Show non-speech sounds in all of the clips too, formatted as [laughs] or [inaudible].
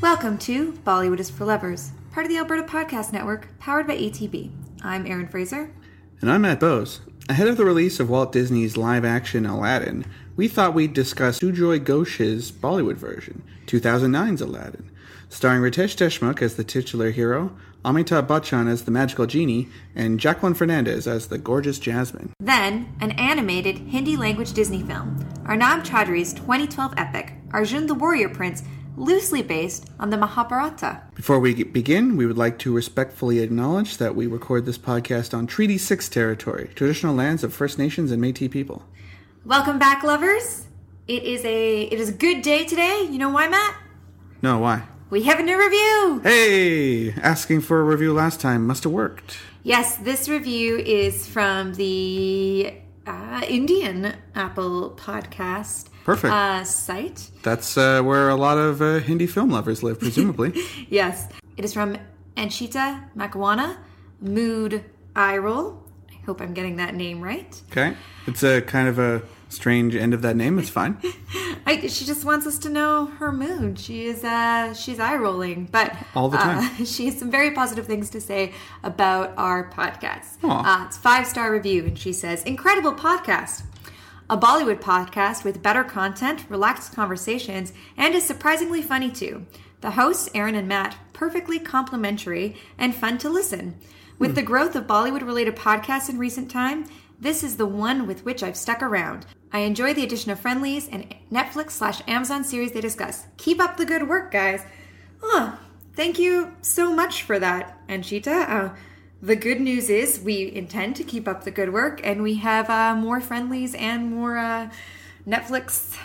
Welcome to Bollywood is for Lovers, part of the Alberta Podcast Network, powered by ATB. I'm Aaron Fraser. And I'm Matt Bose. Ahead of the release of Walt Disney's live action Aladdin, we thought we'd discuss Sujoy Ghosh's Bollywood version, 2009's Aladdin, starring Ritesh Deshmukh as the titular hero, Amitabh Bachchan as the magical genie, and Jacqueline Fernandez as the gorgeous Jasmine. Then, an animated Hindi language Disney film, Arnab Chaudhary's 2012 epic, Arjun the Warrior Prince, loosely based on the Mahabharata. Before we ge- begin, we would like to respectfully acknowledge that we record this podcast on Treaty 6 territory, traditional lands of First Nations and Metis people. Welcome back, lovers. It is a it is a good day today. You know why, Matt? No, why? We have a new review. Hey! Asking for a review last time must have worked. Yes, this review is from the uh, Indian Apple Podcast Perfect. uh, site. That's uh, where a lot of uh, Hindi film lovers live, presumably. Yes. It is from Anshita Makwana, Mood Eye Roll. I hope I'm getting that name right. okay. It's a kind of a strange end of that name. It's fine. I, she just wants us to know her mood. She is uh, she's eye rolling, but All the Uh, [laughs] time. she has some very positive things to say about our podcast. Aw. Uh, it's five star review, and she says, "Incredible podcast." A Bollywood podcast with better content, relaxed conversations, and is surprisingly funny too. The hosts, Aaron and Matt, perfectly complimentary and fun to listen. With the growth of Bollywood related podcasts in recent time, this is the one with which I've stuck around. I enjoy the addition of friendlies and Netflix slash Amazon series they discuss. Keep up the good work, guys. Oh, thank you so much for that, Anshita. Uh, the good news is we intend to keep up the good work, and we have uh, more friendlies and more uh, Netflix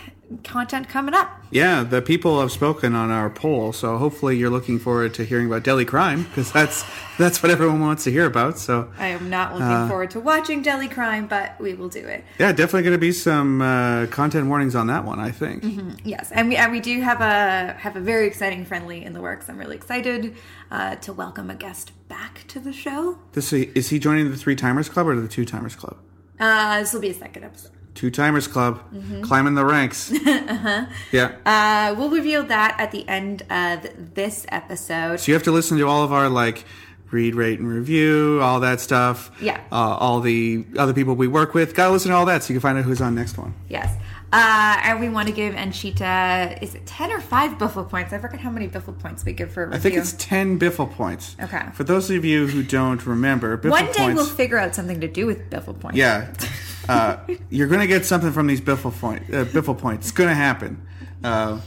content coming up. Yeah, the people have spoken on our poll, so hopefully you're looking forward to hearing about Delhi crime because that's that's what everyone wants to hear about. So I am not looking forward to watching Deli Crime, but we will do it. yeah, definitely going to be some uh, content warnings on that one. I think. Mm-hmm. Yes, and we and we do have a have a very exciting friendly in the works. I'm really excited uh, to welcome a guest back to the show. This is he joining the three timers club or the two timers club? Uh, this will be a second episode. Two timers club, climbing the ranks. uh-huh. Yeah. Uh, we'll reveal that at the end of this episode. So you have to listen to all of our like read, rate, and review, all that stuff. Yeah. Uh, all the other people we work with. Gotta listen to all that so you can find out who's on next one. Yes. Uh, and we want to give Anshita, is it 10 or 5 Biffle points? I forget how many Biffle points we give for a review. I think it's 10 Biffle points. Okay. For those of you who don't remember, Biffle One day points. we'll figure out something to do with Biffle points. yeah. Uh, you're gonna get something from these Biffle, point, uh, Biffle points. It's gonna happen. Uh,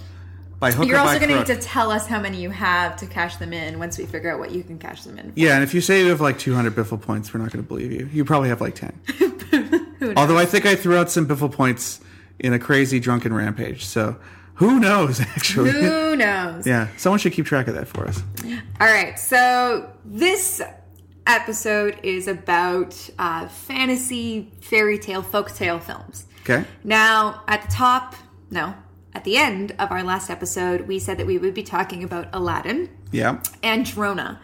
by hook You're or also by going to need crook. to tell us how many you have to cash them in once we figure out what you can cash them in. Yeah, and if you say you have like 200 biffle points, we're not going to believe you. You probably have [laughs] like 10. Although I think I threw out some biffle points in a crazy drunken rampage. So who knows, [laughs] [laughs] actually? Who knows? yeah, someone should keep track of that for us. All right, so this episode is about uh, fantasy, fairy tale, folktale films. Okay. Now, at the top, no, at the end of our last episode, we said that we would be talking about Aladdin Yeah. and Drona.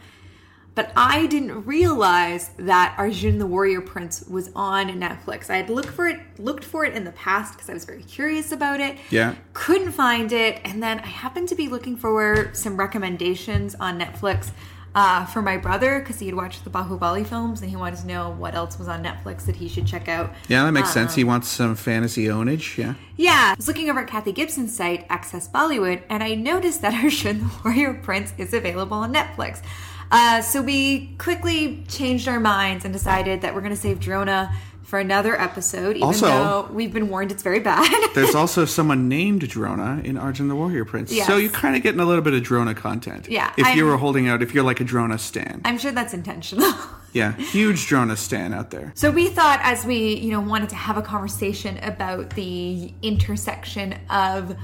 But I didn't realize that Arjun the Warrior Prince was on Netflix. I had looked for it, looked for it in the past because I was very curious about it. Yeah. Couldn't find it, and then I happened to be looking for some recommendations on Netflix uh, for my brother because he had watched the Bahubali films and he wanted to know what else was on Netflix that he should check out. Yeah, that makes sense. He Uh-huh. wants some fantasy ownage. Yeah. Yeah, I was looking over at Kathy Gibson's site, Access Bollywood, and I noticed that [laughs] Arshin the Warrior Prince is available on Netflix. Uh, so we quickly changed our minds and decided that we're going to save Drona for another episode, even Also- though we've been warned it's very [laughs] bad. There's also someone named Drona in Arjun the Warrior Prince. Yes. So you're kind of getting a little bit of Drona content. Yeah, If you I'm- were holding out, if you're like a Drona stan. I'm sure that's intentional. yeah. Huge Drona stan out there. So we thought as we, you know, wanted to have a conversation about the intersection of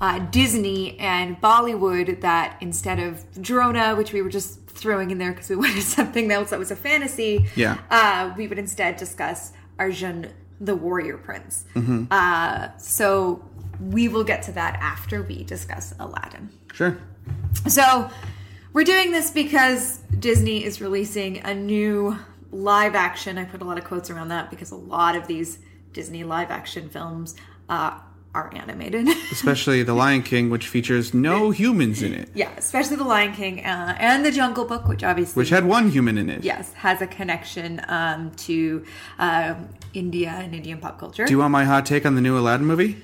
uh, Disney and Bollywood that instead of Drona, which we were just throwing in there because we [laughs] wanted something else that was a fantasy, Yeah. uh, we would instead discuss Arjun the Warrior Prince. Uh, so we will get to that after we discuss Aladdin. Sure. So we're doing this because Disney is releasing a new live action. I put a lot of quotes around that because a lot of these Disney live action films uh, are animated. [laughs] Especially The Lion King, which features no humans in it, yeah, especially The Lion King uh, and The Jungle Book, which obviously which had one human in it. yes has a connection um, to um, India and Indian pop culture. Do you want my hot take on the new Aladdin movie?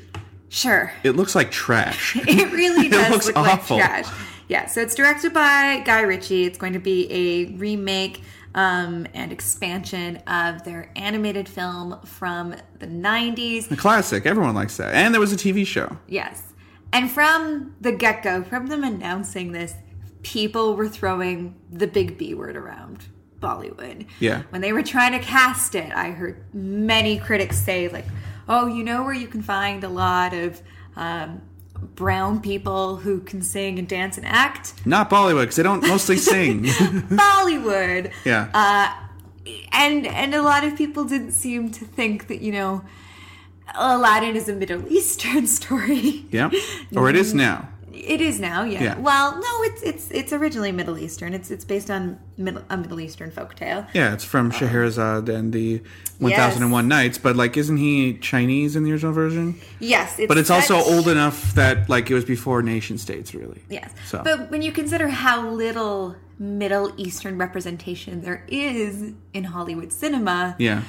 sure. It looks like trash. [laughs] It really It does looks look awful. like trash. Yeah, so it's directed by Guy Ritchie. It's going to be a remake um, and expansion of their animated film from the 90s. A classic. Everyone likes that. And there was a TV show. Yes. And from the get go, from them announcing this, people were throwing the big B word around Bollywood. Yeah. When they were trying to cast it, I heard many critics say, like, oh, you know where you can find a lot of um, brown people who can sing and dance and [laughs] act? Not Bollywood, because they don't mostly sing. [laughs] Bollywood. yeah. and and a lot of people didn't seem to think that you know Aladdin is a Middle Eastern [laughs] story. yeah. Or it is now. It is now, yeah. Yeah. Well, no, it's it's it's originally Middle Eastern. It's it's based on middle, a Middle Eastern folktale. Yeah, it's from Scheherazade and the 1001 Nights, but like, isn't he Chinese in the original version? Yes, it's But it's also set- old enough that like it was before nation states, really. Yes, So. but when you consider how little Middle Eastern representation there is in Hollywood cinema, Yeah.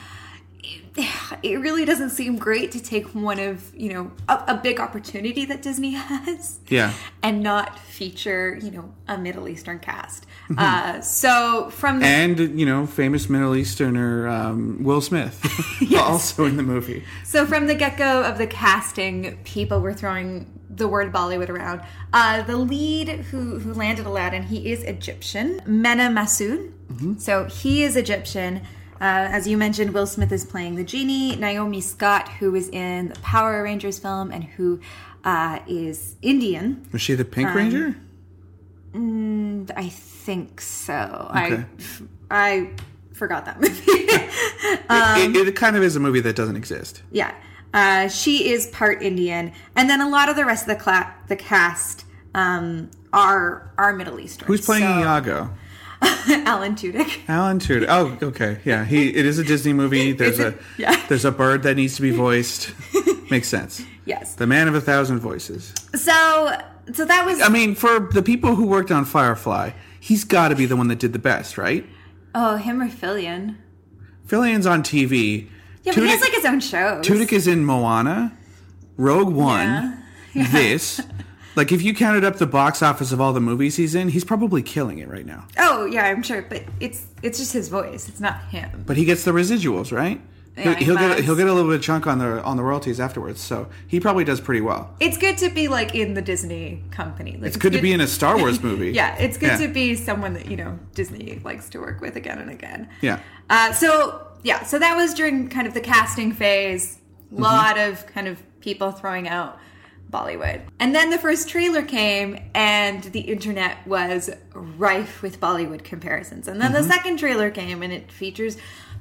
it really doesn't seem great to take one of you know a, a big opportunity that Disney [laughs] has. Yeah. and not feature, you know, a Middle Eastern cast. Uh, so from the, Mm-hmm. And you know, famous Middle Easterner um, Will Smith, [laughs] also in the movie. so from the get go of the casting, people were throwing the word Bollywood around. Uh, the lead who who landed Aladdin, he is Egyptian, Mena Massoud. So he is Egyptian. Uh, as you mentioned, Will Smith is playing the genie. Naomi Scott, who is in the Power Rangers film and who uh, is Indian, Was she the Pink Ranger? I think so. Okay. I I forgot that movie. [laughs] it, it kind of is a movie that doesn't exist. yeah, uh, she is part Indian, and then a lot of the rest of the cla- the cast um, are are Middle Eastern. Who's playing So- Iago? [laughs] Alan Tudyk? Alan [laughs] Tudyk. Oh, okay. Yeah, he. It is a Disney movie. There's a It's a- yeah. there's a bird that needs to [laughs] be voiced. Makes sense. Yes. The man of a thousand voices. So so that was I mean, for the people who worked on Firefly, he's got to be the one that did the best, right? oh him or Fillion. Fillion's on TV. Yeah, but he has like his own show. Tudyk is in Moana, Rogue One, [laughs] Yeah. this. Like, if you counted up the box office of all the movies he's in, he's probably killing it right now. Oh yeah, I'm sure, but it's it's just his voice. It's not him. But he gets the residuals, right? Yeah, he he'll, he'll get a, does. he'll get a little bit of chunk on the on the royalties afterwards. So he probably does pretty well. It's good to be like in the Disney company. Like, It's good to be in a Star [laughs] Wars movie. Yeah, it's good to Yeah. be someone that you know Disney likes to work with again and again. Yeah. Uh, so yeah, so that was during kind of the casting phase. A lot of kind of people throwing out Bollywood, and then the first trailer came, and the internet was rife with Bollywood comparisons. And then the second trailer came, and it features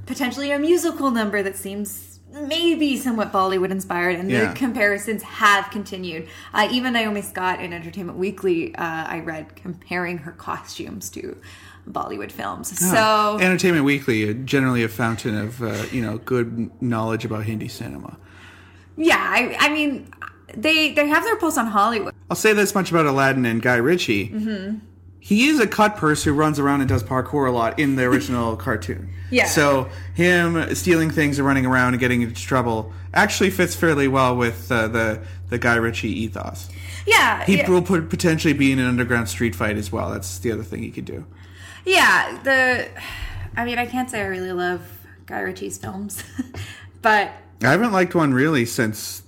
potentially a musical number that seems maybe somewhat Bollywood inspired, and Yeah. the comparisons have continued. Uh, even Naomi Scott in Entertainment Weekly, uh, I read comparing her costumes to Bollywood films. So Uh-huh. Entertainment Weekly, uh, generally a fountain of uh, you know good knowledge about Hindi cinema. yeah, I, I mean, they they have their pulse on Hollywood. I'll say this much about Aladdin and Guy Ritchie. Mm-hmm. He is a cut purse who runs around and does parkour a lot in [laughs] the original cartoon. Yeah. So him stealing things and running around and getting into trouble actually fits fairly well with uh, the the Guy Ritchie ethos. Yeah, He yeah, will put, potentially be in an underground street fight as well. That's the other thing he could do. yeah. The, I mean, I can't say I really love Guy Ritchie's films, [laughs] but I haven't liked one really since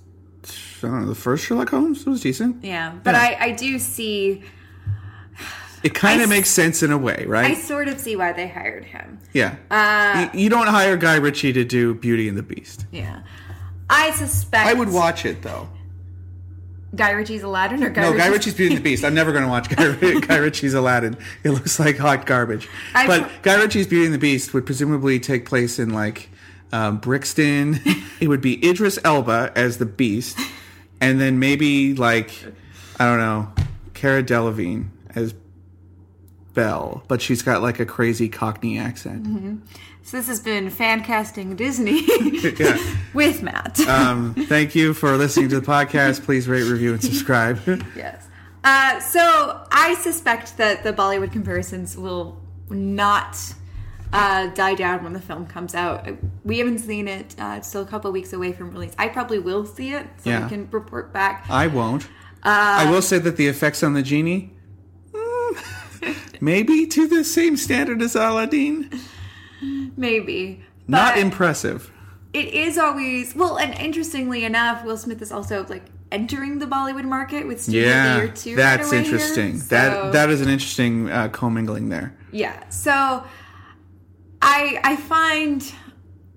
I don't know the first Sherlock Holmes. It was decent. yeah, but Yeah. I I do see It kind I of s- makes sense in a way, right? I Uh, sort of see why they hired him. yeah. you, you don't hire Guy Ritchie to do Beauty and the Beast. Yeah, I suspect I would watch it though. Guy Ritchie's Aladdin or Guy No, Ritchie's Guy Ritchie's Beauty and the Beast. I'm never going [laughs] to watch Guy, Guy Ritchie's Aladdin. It looks like hot garbage. I but pro- Guy Ritchie's Beauty and the Beast would presumably take place in like um, [laughs] Brixton. it would be Idris Elba as the Beast, and then maybe like I don't know, Cara Delevingne Mm-hmm. as Belle, but she's got like a crazy Cockney accent. So this has been fan casting Disney [laughs] Yeah. [laughs] with Matt. Um, thank you for [laughs] listening to the podcast. Please rate, review, and subscribe. yes. Uh, so I suspect that the Bollywood comparisons will not uh, die down when the film comes out. We haven't seen it. Uh, it's still a couple weeks away from release. I probably will see it, so Yeah. I can report back. I won't. I will say that the effects on the genie, mm, [laughs] maybe to the same standard as Aladdin. Maybe. Not But- impressive. it is always well and interestingly enough will smith is also like entering the bollywood market with studio Yeah, year two right that's away here. interesting. So- That that is an interesting uh, commingling there. yeah so i i find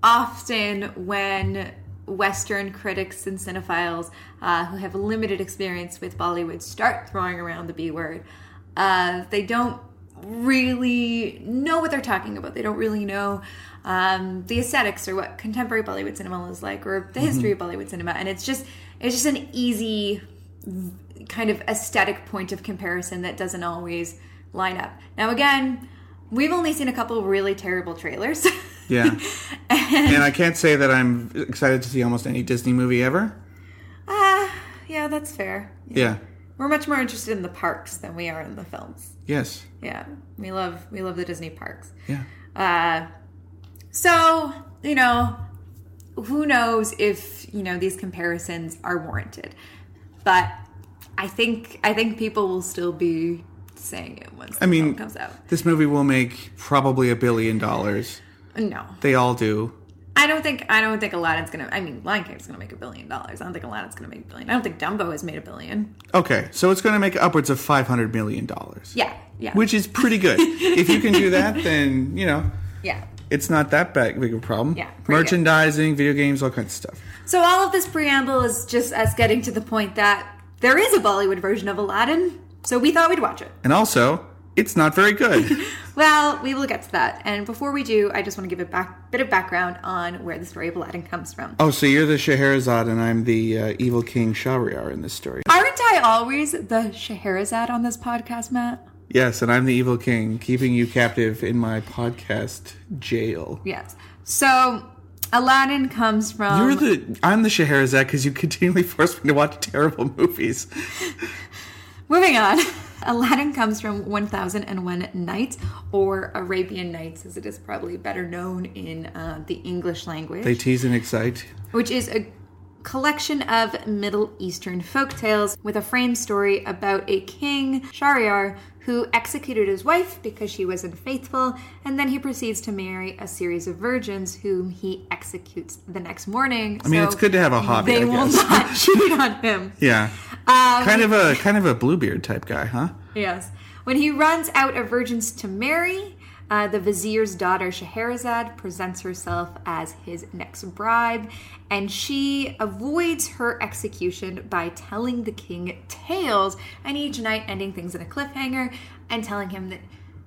often when western critics and cinephiles uh, who have limited experience with bollywood start throwing around the b word uh, they don't really know what they're talking about they don't really know um, the aesthetics or what contemporary bollywood cinema is like or the history of bollywood cinema and it's just it's just an easy kind of aesthetic point of comparison that doesn't always line up. Now, again, we've only seen a couple really terrible trailers. [laughs] Yeah, and I can't say that I'm excited to see almost any Disney movie ever. [laughs] Ah, yeah, that's fair. Yeah. We're much more interested in the parks than we are in the films. Yes. Yeah, we love we love the Disney parks. Yeah. Uh, so you know, who knows if you know these comparisons are warranted? But I think I think people will still be saying it once the I mean- film comes out. This movie will make probably a billion dollars. No, They all do. I don't think I don't think Aladdin's gonna. I mean, Lion King's gonna make a billion dollars. I don't think Aladdin's gonna make a billion. I don't think Dumbo has made a billion. Okay, so it's going to make upwards of five hundred million dollars. Yeah, yeah, which is pretty good. if you can do that, then you know yeah. it's not that big big of a problem. Yeah, pretty good. merchandising, video games, all kinds of stuff. So all of this preamble is just us getting to the point that there is a Bollywood version of Aladdin. So we thought we'd watch it. And also, it's not very good. Well, we will get to that. And before we do, I just want to give a back, bit of background on where the story of Aladdin comes from. oh, so you're the Scheherazade, and I'm the uh, evil king Shahryar in this story. Aren't I always the Scheherazade on this podcast, Matt? Yes, and I'm the evil king, keeping you captive in my podcast jail. Yes. So Aladdin comes from. You're the I'm the Scheherazade because you continually force me to watch terrible movies. Moving on. [laughs] Aladdin comes from 1001 Nights, or Arabian Nights, as it is probably better known in uh, the English language, They tease and excite. which is a collection of Middle Eastern folktales with a frame story about a king, Shahryar, who executed his wife because she was unfaithful, and then he proceeds to marry a series of virgins whom he executes the next morning. I mean, it's good to have a hobby. They I will guess. not [laughs] cheat on him. Yeah. Um, kind of a kind of a Bluebeard type guy, huh? Yes. When he runs out of virgins to marry, uh, the vizier's daughter Scheherazade presents herself as his next bride, and she avoids her execution by telling the king tales, and each night ending things in a cliffhanger and telling him that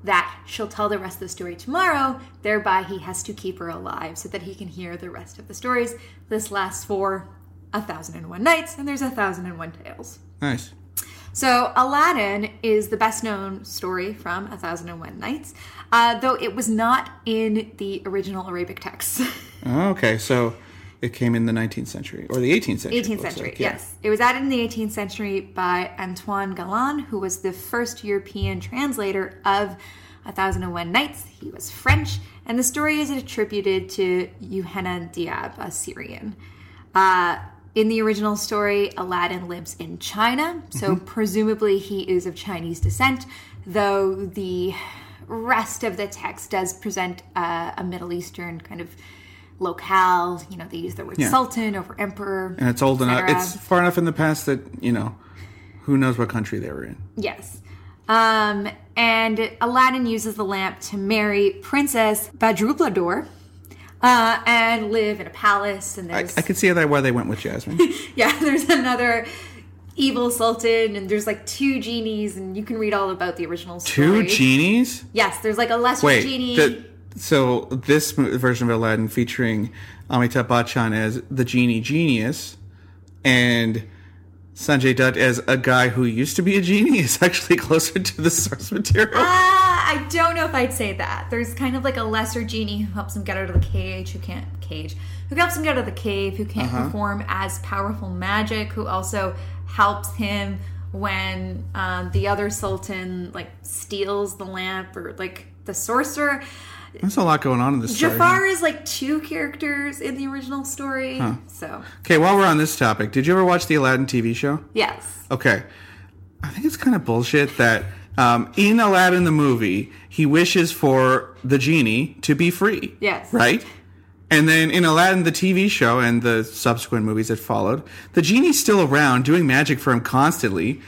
that she'll tell the rest of the story tomorrow. Thereby, he has to keep her alive so that he can hear the rest of the stories. This lasts for a thousand and one nights, and there's a thousand and one tales. Nice. So Aladdin is the best known story from A Thousand and One Nights, uh, though it was not in the original Arabic [laughs] text. Oh, okay, so it came in the 19th century or the 18th century. it 18th looks century, like, yeah. yes. It was added in the 18th century by Antoine Galland, who was the first European translator of A Thousand and One Nights. He was French, and the story is attributed to Yohanan Diab, a Syrian. Uh, in the original story, Aladdin lives in China, so Mm-hmm. presumably he is of Chinese descent, though the rest of the text does present uh, a Middle Eastern kind of locale. You know, they use the word Yeah. sultan over emperor. And it's old et enough. cetera. It's far enough in the past that you know, who knows what country they were in. Yes. Um, and Aladdin uses the lamp to marry Princess Badruplador uh, and live in a palace. And I, there's I could see that why they went [laughs] with Jasmine. yeah, there's another evil sultan, and there's like two genies, and you can read all about the original Two story. genies. Yes, there's like a lesser Wait. genie. the- so this mo- version of Aladdin featuring Amitabh Bachchan as the genie genius, and [laughs] Sanjay Dutt as a guy who used to be a genie is actually closer to the source material. Ah, I I don't know if I'd say that. There's kind of like a lesser genie who helps him get out of the cage, who can't cage, who helps him get out of the cave, who can't perform as powerful magic, who also helps him when um, the other sultan like steals the lamp or like the sorcerer. There's a lot going on in this story. Jafar is like two characters in the original story. So Okay, while we're on this topic, did you ever watch the Aladdin TV show? yes, Okay. I think it's kind of bullshit that um, in Aladdin the movie, he wishes for the genie to be free. Yes. Right? And then in Aladdin, the TV show and the subsequent movies that followed, the genie's still around doing magic for him constantly.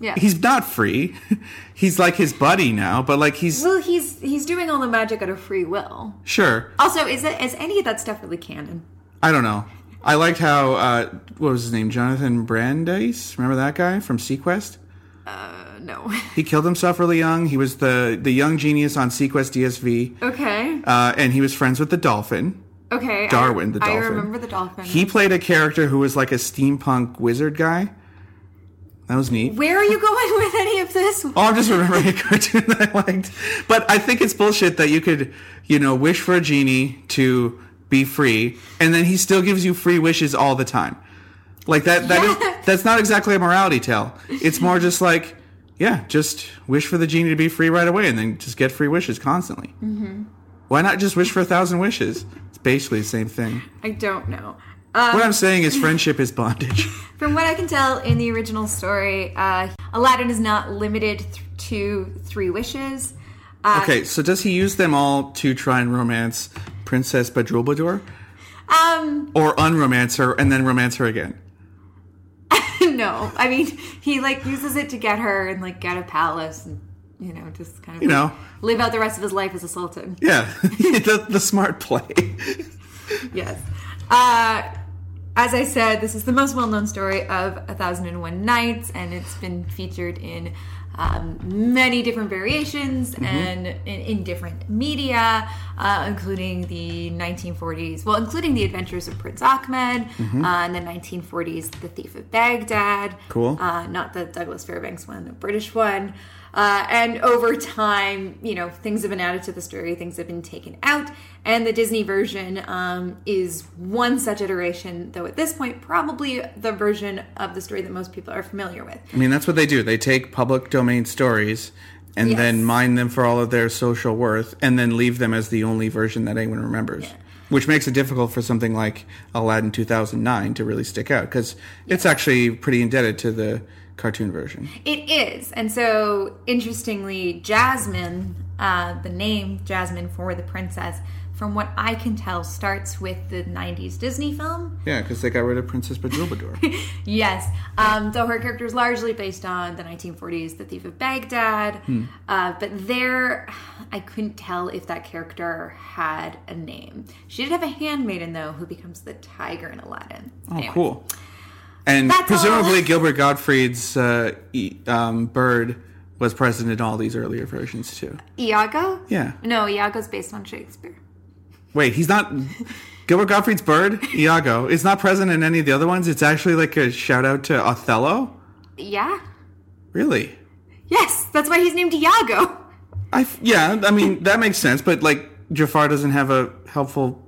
yeah. He's not free. [laughs] he's like his buddy now, but like he's well, he's he's doing all the magic out of free will. sure. Also, is that is any of that stuff really canon? I don't know. I liked how uh, what was his name, Jonathan Brandeis. Remember that guy from Sequest? Uh, no. [laughs] He killed himself really young. He was the the young genius on Sequest DSV, Okay. uh, and he was friends with the dolphin. Okay. I- Darwin, the I dolphin. remember the dolphin. He played a character who was like a steampunk wizard guy. That was neat. Where are you going [laughs] with any of this? Oh, I'm just remembering a [laughs] cartoon that I liked. But I think it's bullshit that you could, you know, wish for a genie to be free, and then he still gives you free wishes all the time. Like that that is- Yeah. that's not exactly a morality tale. It's more just like, yeah, just wish for the genie to be free right away, and then just get free wishes constantly. Mm-hmm. Why not just wish for a thousand wishes? It's basically the same thing. I don't know. Uh, What I'm saying [laughs] is, friendship is bondage. from what I can tell in the original story, uh, Aladdin is not limited th- to three wishes. [laughs] [laughs] Uh, Okay, so does he use them all to try and romance Princess Badrulbadur? Um, or unromance her and then romance her again. no. I mean, he like uses it to get her and like get a palace and you know just kind of You know, live out the rest of his life as a sultan. yeah, [laughs] the, the smart play. [laughs] Yes. Uh, as I said, this is the most well known story of A Thousand and One Nights, and it's been featured in um, many different variations and in, in different media, uh, including the 1940s, well, including The Adventures of Prince Ahmed, uh, and the 1940s, The Thief of Baghdad. Cool. Uh, not the Douglas Fairbanks one, the British one. Uh, and over time, you know, things have been added to the story, things have been taken out, and the Disney version um, is one such iteration, though at this point, probably the version of the story that most people are familiar with. I mean, that's what they do. They take public domain stories and Yes. then mine them for all of their social worth and then leave them as the only version that anyone remembers. Which makes it difficult for something like Aladdin 2009 to really stick out because it's actually pretty indebted to the cartoon version. It is. And so, interestingly, Jasmine, uh, the name Jasmine for the princess, from what I can tell, starts with the 90s Disney film. Yeah, because they got rid of [laughs] Princess Badrulbadur. Yes. Um, though her character is largely based on the 1940s The Thief of Baghdad. Hmm. Uh, but there, I couldn't tell if that character had a name. She did have a handmaiden, though, who becomes the tiger in Aladdin. oh, Anyway. cool. And That's all. presumably Gilbert Gottfried's uh, e- um, bird was present in all these earlier versions too. Iago? Yeah. No, Iago's based on Shakespeare. Wait, [laughs] he's not. Gilbert Gottfried's bird, Iago, is not present in any of the other ones. It's actually like a shout out to Othello. Yeah. Really? Yes, that's why he's named Iago. I f- yeah. I mean that makes sense, but like Jafar doesn't have a helpful.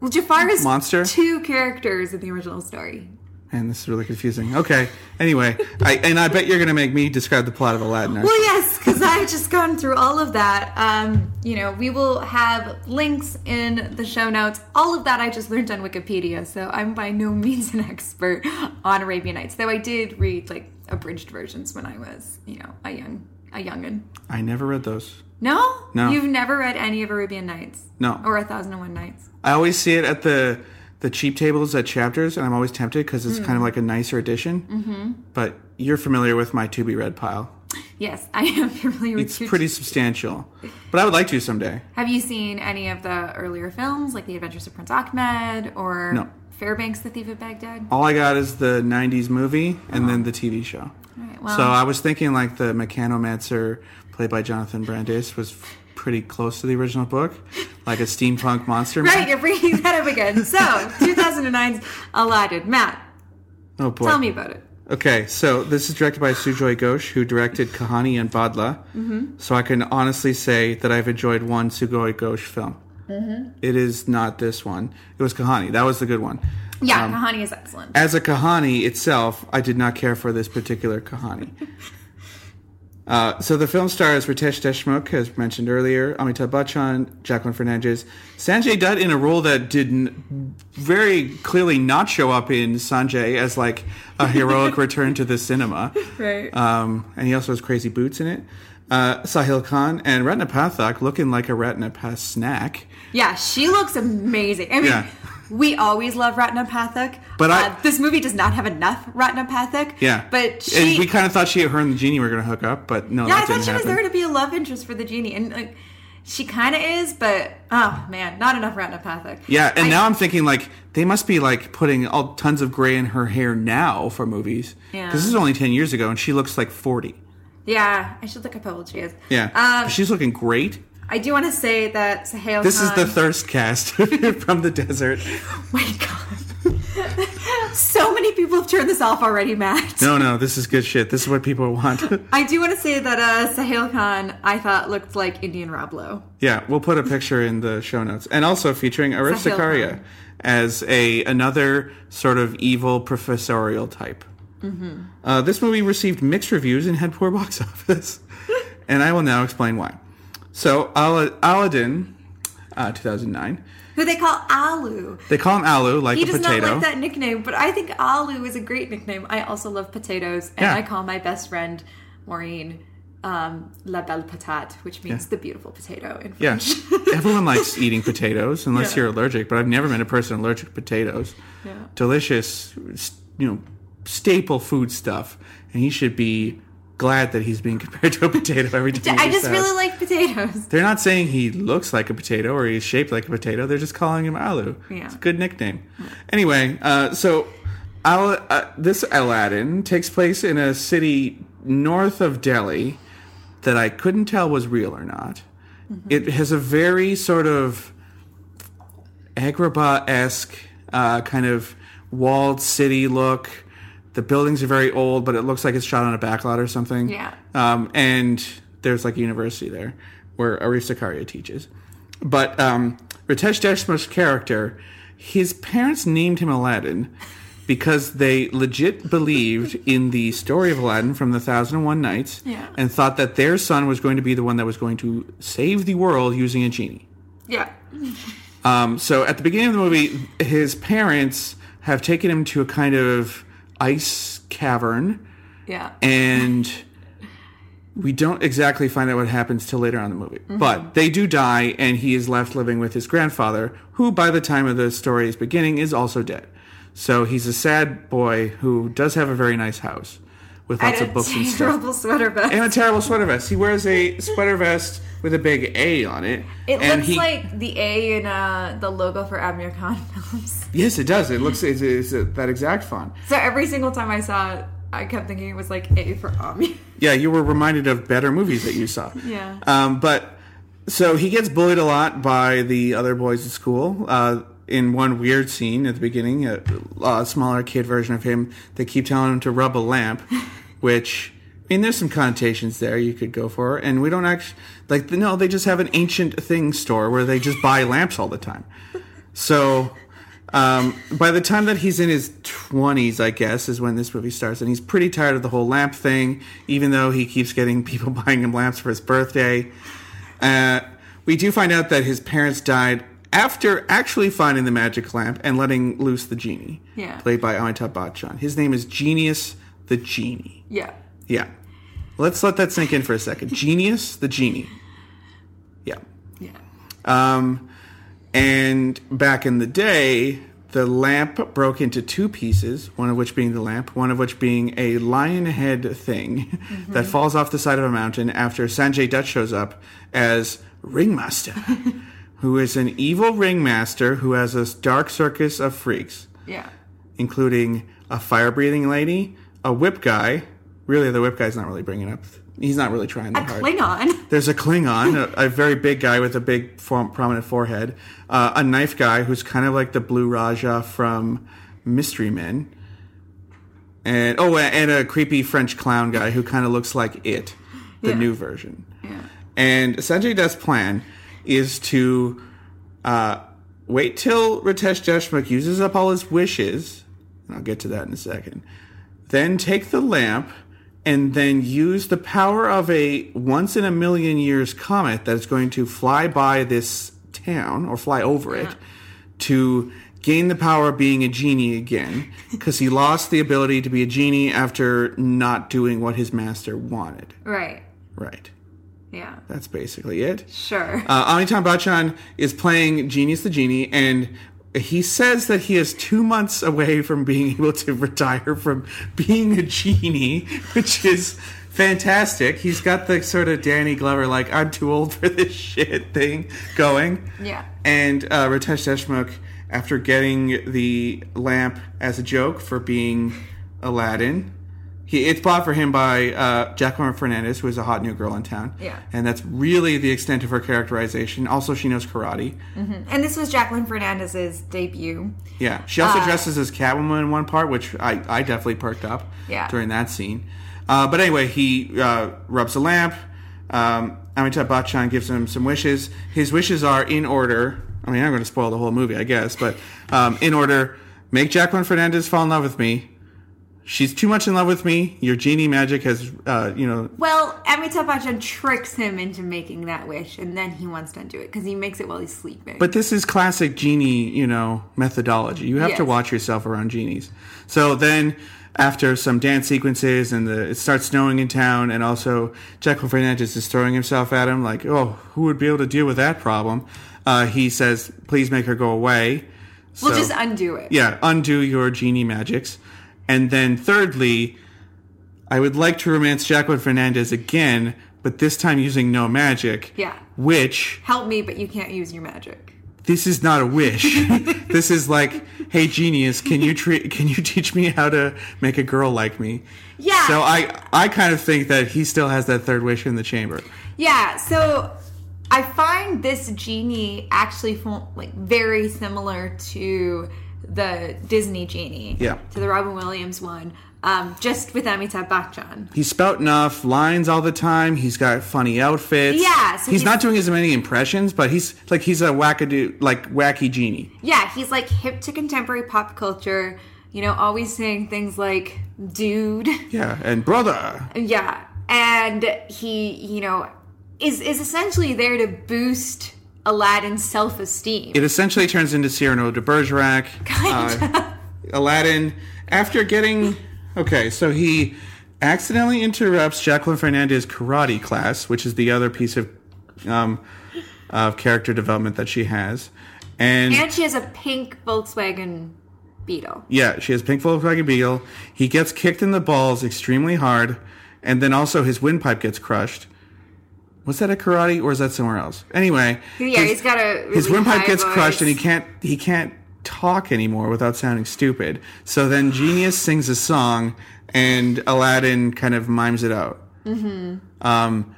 Well, Jafar is Monster? two characters in the original story. And this is really confusing. Okay. Anyway, I, and I bet you're gonna make me describe the plot of Aladdin. aren't you? Well, yes, because I've just gone through all of that. Um, you know, we will have links in the show notes. All of that I just learned on Wikipedia, so I'm by no means an expert on Arabian Nights. Though I did read like abridged versions when I was, you know, a young a youngin. I never read those. No, No. you've never read any of Arabian Nights. No. or A Thousand and One Nights. I always see it at the the cheap tables at Chapters, and I'm always tempted because it's Mm. kind of like a nicer edition. Mm-hmm. But you're familiar with my to be read pile. Yes, I am [laughs] familiar with. It's your- pretty substantial, but I would like to someday. Have you seen any of the earlier films, like The Adventures of Prince Ahmed or No. Fairbanks, The Thief of Baghdad? All I got is the '90s movie and then the TV show. All right, well, so I was thinking like the Mechanomancer, played by Jonathan Brandeis, was f- pretty close to the original book, like a steampunk monster. man. [laughs] Right, you're bringing [laughs] that up again. So, 2009's Aladdin. Matt, Oh boy. tell me about it. Okay, so this is directed by Sujoy Ghosh, who directed Kahani and Badla. So I can honestly say that I've enjoyed one Sujoy Ghosh film. It is not this one. It was Kahani. That was the good one. Yeah, Um, Kahani is excellent. As a Kahani itself, I did not care for this particular [laughs] Kahani. Uh, so the film stars Ritesh Deshmukh, as mentioned earlier, Amitabh Bachchan, Jacqueline Fernandez, Sanjay Dutt in a role that did n- very clearly not show up in Sanjay as like a [laughs] heroic return to the cinema. Right. Um, and he also has crazy boots in it. Uh, Sahil Khan and Ratna Pathak looking like a Ratna Path snack. Yeah, she looks amazing. I mean, Yeah. we always love Ratna Pathak, But I- this movie does not have enough Ratna Pathak. Yeah. but she. and we kind of thought she, her, and the genie were going to hook up, but no, yeah, I that thought didn't she was happen. there to be a love interest for the genie, and like, she kind of is, but oh man, not enough Ratna Pathak. Yeah, and I- now I'm thinking like they must be like putting all tons of gray in her hair now for movies. Yeah. this is only ten years ago, and she looks like forty. Yeah, I should look up how old she is. Yeah, Um, she's looking great. I do want to say that Sahel. This is Khan- the thirst cast [laughs] from the [laughs] desert. Wait, God. so many people have turned this off already, Matt. No, no, this is good shit. This is what people want. [laughs] I do want to say that uh, Sahel Khan, I thought, looked like Indian Rob Lowe. yeah, we'll put a picture in the show notes, and also featuring Sahil Aristocaria Khan. as a another sort of evil professorial type. Mm-hmm. Uh, this movie received mixed reviews and had poor box [laughs] office, and I will now explain why. So Ala- Aladdin, uh, 2009, who they call Alu. they call him Alu, like He a does potato. not like that nickname, but I think Alu is a great nickname. I also love potatoes, and Yeah. I call my best friend Maureen um, La Belle Patate, which means Yeah. the beautiful potato in Yeah, French. [laughs] [laughs] everyone likes eating potatoes unless Yeah. you're allergic. But I've never met a person allergic to potatoes. Yeah. Delicious, s- you know, staple food stuff, and he should be glad that he's being compared to a potato every time. I he just says- really like potatoes. They're not saying he looks like a potato or he's shaped like a potato. They're just calling him Alu. Yeah. It's a good nickname. Anyway, uh, so Al- uh, this Aladdin takes place in a city north of Delhi that I couldn't tell was real or not. Mm-hmm. It has a very sort of Agrabah esque uh, kind of walled city look. The buildings are very old, but it looks like it's shot on a backlot or something. Yeah. Um, and there's like a university there where Arif Sakaria teaches. But um, Ritesh Deshmukh's character, his parents named him Aladdin because they legit believed in the story of Aladdin from the Thousand and One Nights Yeah. and thought that their son was going to be the one that was going to save the world using a genie. Yeah. Um, so at the beginning of the movie, his parents have taken him to a kind of ice cavern, Yeah. and we don't exactly find out what happens till later on in the movie. Mm-hmm. But they do die, and he is left living with his grandfather, who by the time of the story's beginning is also dead. So he's a sad boy who does have a very nice house with lots and of a [laughs] books and stuff. terrible sweater vest. And a terrible sweater vest. He wears a sweater vest with a big A on it. It and looks he- like the A in uh, the logo for Amir Khan [laughs] films. Yes, it does. It looks it's, it's uh that exact font. So every single time I saw it, I kept thinking it was like A for Amir. [laughs] Yeah, you were reminded of better movies that you saw. Yeah. Um, but so he gets bullied a lot by the other boys at school. Uh, in one weird scene at the beginning, a, a smaller kid version of him, they keep telling him to rub a lamp, which. I mean, there's some connotations there you could go for, and we don't actually like. No, they just have an ancient thing store where they just buy lamps all the time. So, um, by the time that he's in his 20s, I guess, is when this movie starts. And he's pretty tired of the whole lamp thing, even though he keeps getting [laughs] people buying him lamps for his birthday. Uh, we do find out that his parents died after actually finding the magic lamp and letting loose the genie, Yeah. played by Amitabh Bachchan. His name is Genius the Genie. Yeah. Yeah. Let's let that sink in for a second. Genius the Genie. Yeah. Yeah. Um, and back in the day, the lamp broke into two pieces, one of which being the lamp, one of which being a lion head thing [laughs] that falls off the side of a mountain after Sanjay Dutt shows up as Ringmaster, who is an evil ringmaster who has a dark circus of freaks, Yeah. including a fire breathing lady, a whip guy. Really, the whip guy's not really bringing up. He's not really trying that A hard. Klingon. [laughs] There's a Klingon, a, a very big guy with a big form, prominent forehead, uh, a knife guy who's kind of like the Blue Raja from Mystery Men. and oh, and a creepy French clown guy who kind of looks like it, the Yeah. new version. Yeah. And Sanjay Dutt's plan is to uh, wait till Ritesh Deshmukh uses up all his wishes, and I'll get to that in a second. Then take the lamp and then use the power of a once in a million years comet that is going to fly by this town or fly over it to gain the power of being a genie again because he lost the ability to be a genie after not doing what his master wanted. Right. Right. Yeah. That's basically it. Sure. Uh, Amitabh Bachchan is playing Genius the Genie, and he says that he is two months away from being [laughs] able to retire from being a genie, which is fantastic. He's got the sort of Danny Glover, like, I'm too old for this shit thing going. Yeah. And uh, Ritesh Deshmukh, after getting the lamp as a joke for being Aladdin, he, it's bought for him by uh, Jacqueline Fernandez, who is a hot new girl in town. Yeah. And that's really the extent of her characterization. Also, she knows karate. Mm-hmm. and this was Jacqueline Fernandez's debut. Yeah. She also Uh, dresses as Catwoman in one part, which I, I definitely perked up Yeah. during that scene. Uh, but anyway, he uh, rubs a lamp. Um, Amitabh Bachchan gives him some wishes. His wishes are in order. I mean, I'm going to spoil the whole movie, I guess, but um, in order make Jacqueline Fernandez fall in love with me. She's too much in love with me. Your genie magic has, uh, you know, Well, Amitabh Bachchan tricks him into making that wish, and then he wants to undo it because he makes it while he's sleeping. But this is classic genie, you know, methodology. You have to Yes. watch yourself around genies. So then, after some dance sequences and the, it starts snowing in town, and also Jacqueline Fernandez is throwing himself at him, like, oh, who would be able to deal with that problem? Uh, he says, please make her go away. So, we'll just undo it. yeah, undo your genie magics. And then, thirdly, I would like to romance Jacqueline Fernandez again, but this time using no magic. Yeah. Which Help me, but you can't use your magic. this is not [laughs] a wish. this is like, hey genius, can you tre- can you teach me how to make a girl like me? Yeah. So I I kind of think that he still has that third wish in the chamber. Yeah, so I find this genie actually fo- like very similar to the Disney genie. Yeah. To the Robin Williams one, um, just with Amitabh Bachchan. He's spouting off lines all the time. He's got funny outfits. Yeah, so he's, he's- not doing as many impressions, but he's like he's a wackadoo, like wacky genie. Yeah, he's like hip to contemporary pop culture. You know, always saying things like "dude." [laughs] Yeah, and brother. Yeah, and he, you know, is is essentially there to boost Aladdin's self esteem. It essentially turns into Cyrano de Bergerac. Kind uh, Aladdin, after getting. Okay, so he accidentally interrupts Jacqueline Fernandez's karate class, which is the other piece of, um, of character development that she has. And, And she has a pink Volkswagen Beetle. yeah, she has pink Volkswagen Beetle. He gets kicked in the balls extremely hard, and then also his windpipe gets crushed. Was that a karate or is that somewhere else? Anyway, Yeah, his- he's got a really his windpipe high gets voice. crushed [laughs] and he can't he can't talk anymore without sounding stupid so then genius sings a song and aladdin kind of mimes it out mm-hmm. um,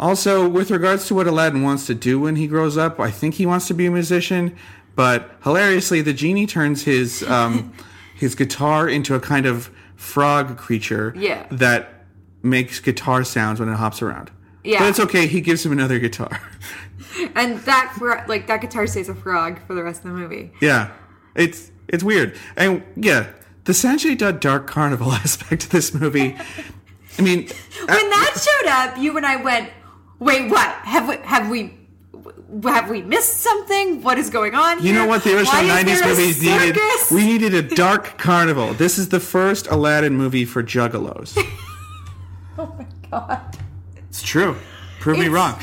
also with regards to what aladdin wants to do when he grows up i think he wants to be a musician but hilariously the genie turns his [laughs] um, his guitar into a kind of frog creature Yeah. that makes guitar sounds when it hops around Yeah. but it's okay he gives him another guitar [laughs] and that fro- like that guitar stays a frog for the rest of the movie. Yeah, it's it's weird, and yeah, the Sanjay Dutt Dark Carnival [laughs] aspect of this movie. I mean, uh, When that showed up, you and I went, "Wait, what? Have we have we w- have we missed something? What is going on?" you know what the original '90s movies needed? We We- needed a dark carnival. This is the first Aladdin movie for juggalos. [laughs] oh my god, It's true. Prove me It's- wrong.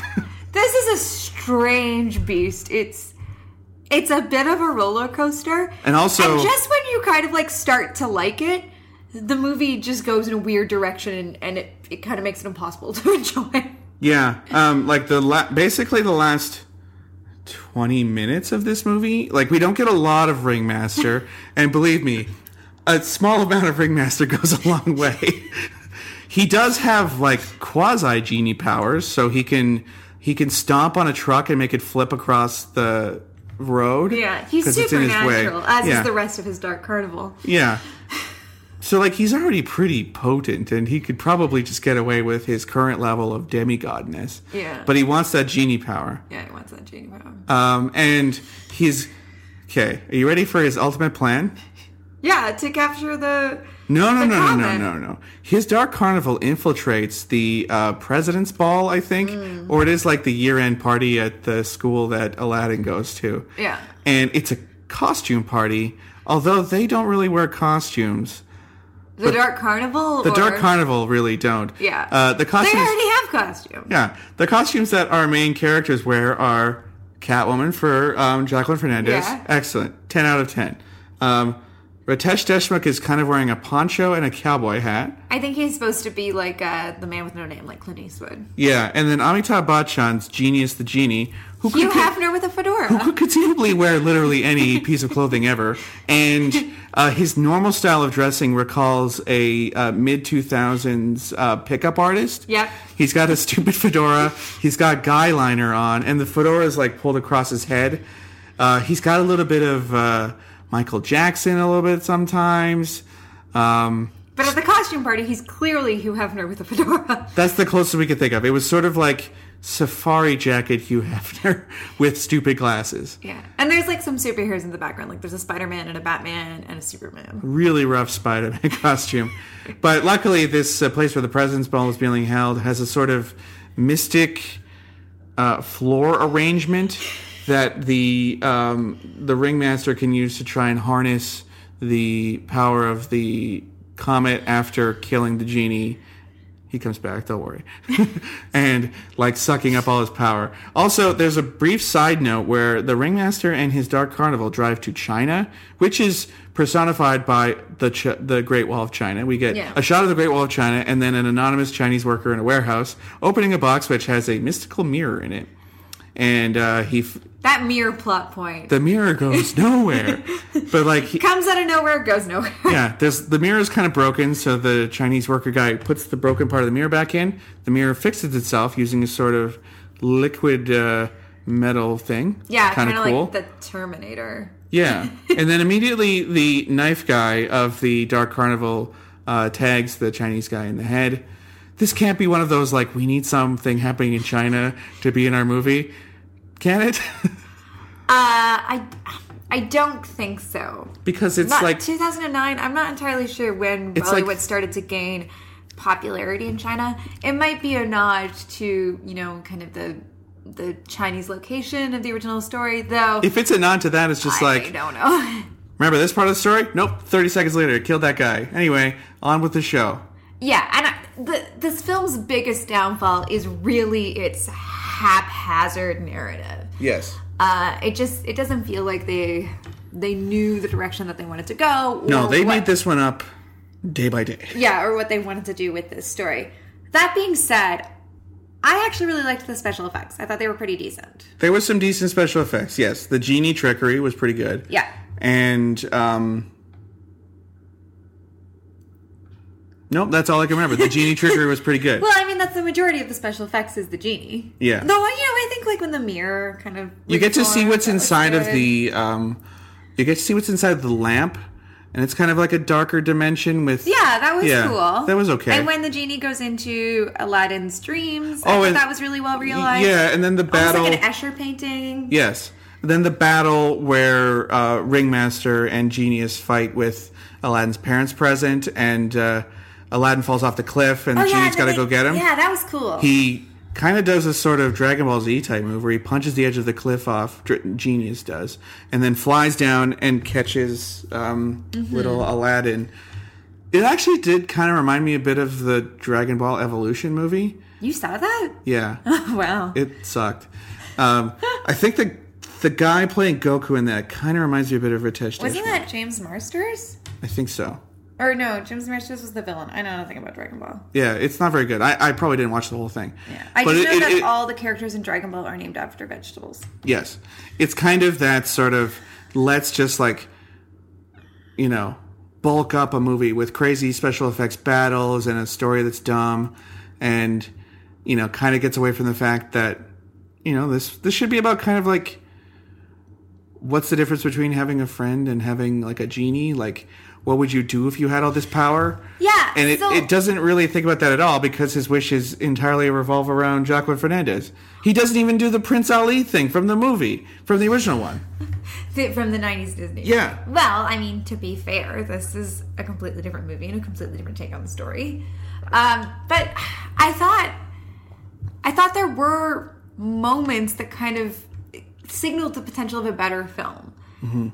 this is a strange beast. It's it's a bit of a roller coaster, And also- and just when you kind of like start to like it. The movie just goes in a weird direction and, and it, it kind of makes it impossible [laughs] to enjoy. yeah, um, like the la- basically the last. 20 minutes of this movie like we don't get a lot [laughs] of ringmaster and believe me a small amount of ringmaster goes a long way [laughs] he does have like quasi genie powers so he can he can stomp on a truck and make it flip across the road Yeah, he's 'cause it's in his way. supernatural, as Yeah. is the rest of his Dark Carnival. yeah So like he's already pretty potent, and he could probably just get away with his current level of demigodness. Yeah. But he wants that genie power. Yeah, he wants that genie power. Um, and he's okay. Are you ready for his ultimate plan? yeah, to capture the. No, no, the no, no, no, comet. no, no. His Dark Carnival infiltrates the uh, President's Ball, I think, Mm. or it is like the year-end party at the school that Aladdin goes to. Yeah. and it's a costume party, although they don't really wear costumes. The Dark Carnival? The Dark or- Carnival really don't. Yeah. uh, the They costumes. already have costumes. Yeah, the costumes that our main characters wear are Catwoman for um, Jacqueline Fernandez. Yeah. Excellent, ten out of ten. Um, Ritesh Deshmukh is kind of wearing a poncho and a cowboy hat. I think he's supposed to be like uh, the man with no name, like Clint Eastwood. Yeah, and then Amitabh Bachchan's Genius the Genie, who Hugh could, Hefner with a fedora. could conceivably wear literally any piece of clothing ever, and uh, his normal style of dressing recalls a uh, mid two thousands uh, pickup artist. Yep. He's got a stupid fedora. He's got guy liner on, and the fedora is like pulled across his head. Uh, he's got a little bit of uh, Michael Jackson, a little bit sometimes. Um, But at the costume party, he's clearly Hugh Hefner with a fedora. That's the closest we could think of. It was sort of like safari jacket Hugh Hefner [laughs] with stupid glasses. Yeah. And there's like some superheroes in the background. Like there's a Spider Man and a Batman and a Superman. Really rough Spider-Man [laughs] costume. But luckily, this uh, place where the President's Ball is being held has a sort of mystic uh, floor arrangement that the um, the ringmaster can use to try and harness the power of the comet after killing the genie. He comes back, don't worry. [laughs] and like sucking up all his power. Also, there's a brief side note where the ringmaster and his dark carnival drive to China, which is personified by the Ch- the Great Wall of China. We get Yeah. a shot of the Great Wall of China and then an anonymous Chinese worker in a warehouse opening a box which has a mystical mirror in it. And uh, he f- That mere plot point. the [laughs] mirror goes nowhere. but like he, Comes out of nowhere, goes nowhere. [laughs] yeah, there's the mirror is kind of broken, so the Chinese worker guy puts the broken part of the mirror back in. The mirror fixes itself using a sort of liquid uh, metal thing. Yeah, kind of cool. like the Terminator. yeah, and then immediately the knife guy of the Dark Carnival uh, tags the Chinese guy in the head. This can't be one of those like we need something happening in China to be in our movie, can it? [laughs] Uh, I, I don't think so. because it's Not like 2009. I'm not entirely sure when It's like- Bollywood started to gain popularity in China. It might be a nod to you know kind of the the Chinese location of the original story, though. if it's a nod to that, it's just I like don't know. [laughs] Remember this part of the story? Nope. 30 seconds later, it killed that guy. Anyway, on with the show. Yeah, and I, the, this film's biggest downfall is really its haphazard narrative. Yes. Uh, it just it doesn't feel like they they knew the direction that they wanted to go. Or No, they what, made this one up day by day. yeah, or what they wanted to do with this story. That being said, I actually really liked the special effects. I thought they were pretty decent. There was some decent special effects. Yes, the genie trickery was pretty good. Yeah. And um Nope, that's all I can remember. [laughs] The genie trickery was pretty good. Well, I mean, that's the majority of the special effects is the genie. Yeah. Though, you know, I think like when the mirror kind of you get to see reforms, what's that was inside of good. the um you get to see what's inside the lamp and it's kind of like a darker dimension with Yeah, that was Yeah, cool. that was okay. And when the genie goes into Aladdin's dreams, Oh, I thought and- that was really well realized. yeah and then the Almost battle like an Escher painting. Yes. Then the battle where uh, Ringmaster and Genius fight with Aladdin's parents present, and uh, Aladdin falls off the cliff, and Oh, yeah, Genius and got to then go they- get him. Yeah, that was cool. He kind of does a sort of Dragon Ball Z type move where he punches the edge of the cliff off. Dr- Genius does, and then flies down and catches um, Mm-hmm. little Aladdin. It actually did kind of remind me a bit of the Dragon Ball Evolution movie. you saw that? Yeah. [laughs] wow. It sucked. Um, I think the the guy playing Goku in that kind of reminds me a bit of Ritesh Wasn't Deshmukh. that James Marsters? I think so. Or no, James Marsters was the villain. I know nothing about Dragon Ball. Yeah, it's not very good. I, I probably didn't watch the whole thing. Yeah. I But just know it- that it- it- all the characters in Dragon Ball are named after vegetables. Yes, it's kind of that sort of let's just like you know bulk up a movie with crazy special effects battles and a story that's dumb, and you know kind of gets away from the fact that you know this this should be about kind of like what's the difference between having a friend and having like a genie like what would you do if you had all this power? Yeah, And it, so- it doesn't really think about that at all because his wishes entirely revolve around Joaquin Fernandez. He doesn't even do the Prince Ali thing from the movie, from the original one. Th- from the 90s Disney. Yeah. Well, I mean, to be fair, this is a completely different movie and a completely different take on the story. Um, but I thought I thought there were moments that kind of signaled the potential of a better film.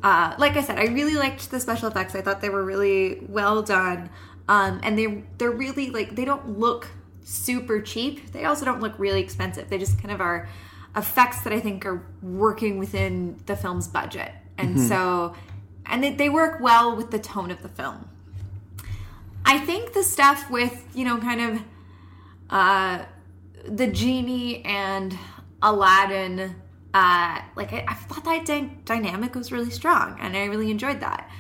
Uh, like I said, I really liked the special effects. I thought they were really well done, um, and they they're really like they don't look super cheap. They also don't look really expensive. They just kind of are effects that I think are working within the film's budget, and so and they, they work well with the tone of the film. I think the stuff with you know kind of uh, the genie and Aladdin, uh, like I, I thought that dy- dynamic was really strong, and I really enjoyed that.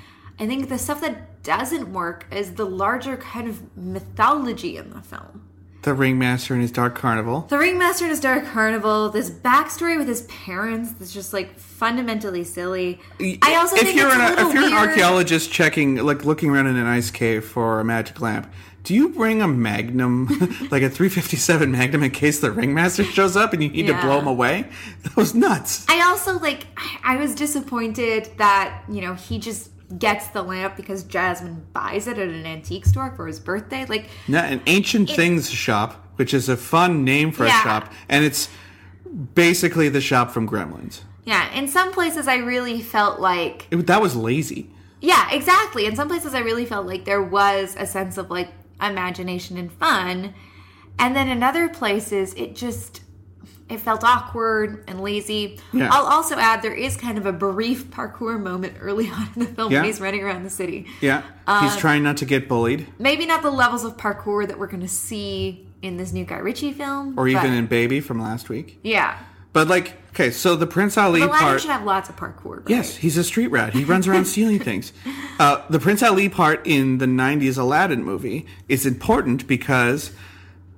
I think the stuff that doesn't work is the larger kind of mythology in the film. The Ringmaster and his Dark Carnival. The Ringmaster and his Dark Carnival, this backstory with his parents that's just like fundamentally silly. I also if think you're it's an a little if you're an weird- archaeologist checking like looking around in an ice cave for a magic lamp, do you bring a magnum [laughs] like a 357 magnum in case the ringmaster shows up and you need Yeah. to blow him away? That was nuts. I also like I- I was disappointed that, you know, he just gets the lamp because Jasmine buys it at an antique store for his birthday. Like No, an ancient things shop, which is a fun name for Yeah. a shop, and it's basically the shop from Gremlins. yeah, in some places I really felt like It, that was lazy. Yeah, exactly. In some places, I really felt like there was a sense of like imagination and fun, and then in other places, it just it felt awkward and lazy. Yeah. I'll also add there is kind of a brief parkour moment early [laughs] on in the film Yeah. when he's running around the city. Yeah, he's Uh, trying not to get bullied, Maybe not the levels of parkour that we're going to see in this new Guy Ritchie film, or but- even in Baby from last week. yeah. But like, okay, so the Prince Ali Aladdin part. should have lots of parkour. Right? Yes, he's a street rat. He runs around stealing things. Uh, the Prince Ali part in the 90s Aladdin movie is important because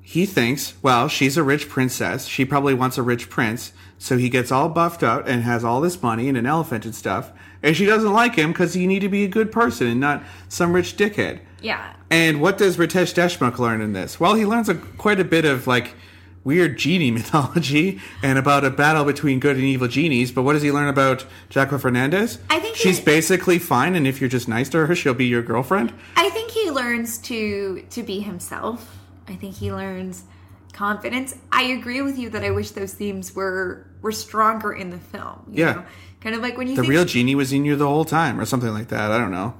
he thinks, well, she's a rich princess. She probably wants a rich prince. So he gets all buffed out and has all this money and an elephant and stuff. And she doesn't like him because you need to be a good person and not some rich dickhead. Yeah. And what does Ritesh Deshmukh learn in this? Well, he learns a, quite a bit of like weird genie [laughs] mythology and about a battle between good and evil genies. But what does he learn about Jacqueline Fernandez? I think she's that- basically fine, and if you're just nice to her, she'll be your girlfriend. I think he learns to to be himself. I think he learns confidence. I agree with you that I wish those themes were were stronger in the film. you Yeah. know? kind of like when you The think, real genie was in you the whole time, or something like that. I don't know.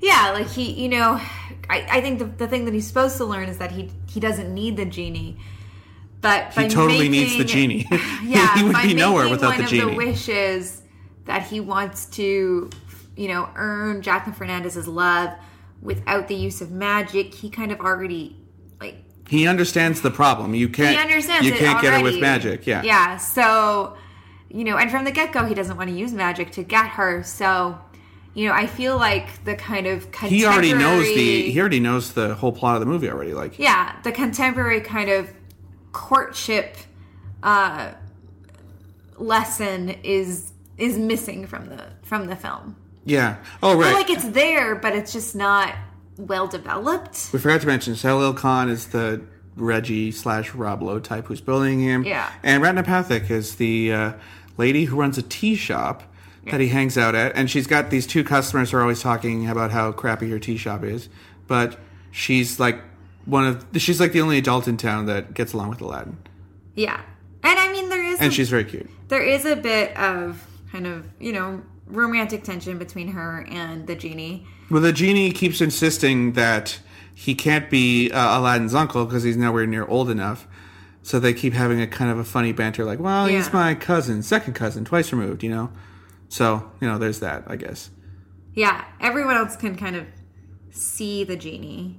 yeah, like he, you know, I, I think the, the thing that he's supposed to learn is that he he doesn't need the genie, but He totally needs the genie. [laughs] [laughs] Yeah, he would by be nowhere making without one the genie. Of the wishes that he wants to, you know, earn Jacqueline Fernandez's love without the use of magic. He kind of already like he understands the problem. You can't. he understands. You it can't get her with already. magic. Yeah. Yeah. So, you know, and from the get go, he doesn't want to use magic to get her. So, you know, I feel like the kind of contemporary, He already knows the. He already knows the whole plot of the movie already. Like yeah, the contemporary kind of courtship uh, lesson is is missing from the from the film. Yeah. Oh, right. I feel like it's there, but it's just not well developed. we forgot to mention Salil Khan is the Reggie slash Rob Lowe type who's bullying him. Yeah. And Ratnapathic is the uh, lady who runs a tea shop that he hangs out at. And she's got these two customers who are always talking about how crappy her tea shop is. But she's like one of. She's like the only adult in town that gets along with Aladdin. Yeah, and I mean there is And some- she's very cute. there is a bit of kind of you know romantic tension between her and the genie Well, the genie keeps insisting that he can't be uh, Aladdin's uncle because he's nowhere near old enough. So they keep having a kind of a funny banter, like, "Well, Yeah. he's my cousin, second cousin, twice removed," you know. So you know, there's that, I guess. yeah everyone else can kind of see the genie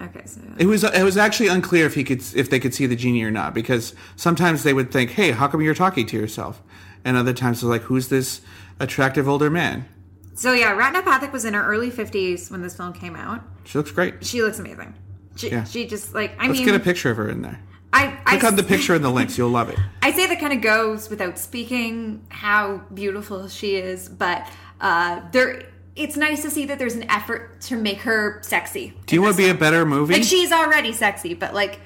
okay so It was it was actually unclear if he could if they could see the genie or not because sometimes they would think, "Hey, how come you're talking to yourself?" And other times they're like, "Who's this attractive older man? so yeah ratnapathic was in her early 50s when this film came out She looks great. she looks amazing she, Yeah. she just like i Let's mean get a picture of her in there. i I, Click on the picture in the links. You'll love it." [laughs] I say that kind of goes without speaking how beautiful she is but uh there it's nice to see that there's an effort to make her sexy. Do you want to be a better movie? Like she's already sexy, but like,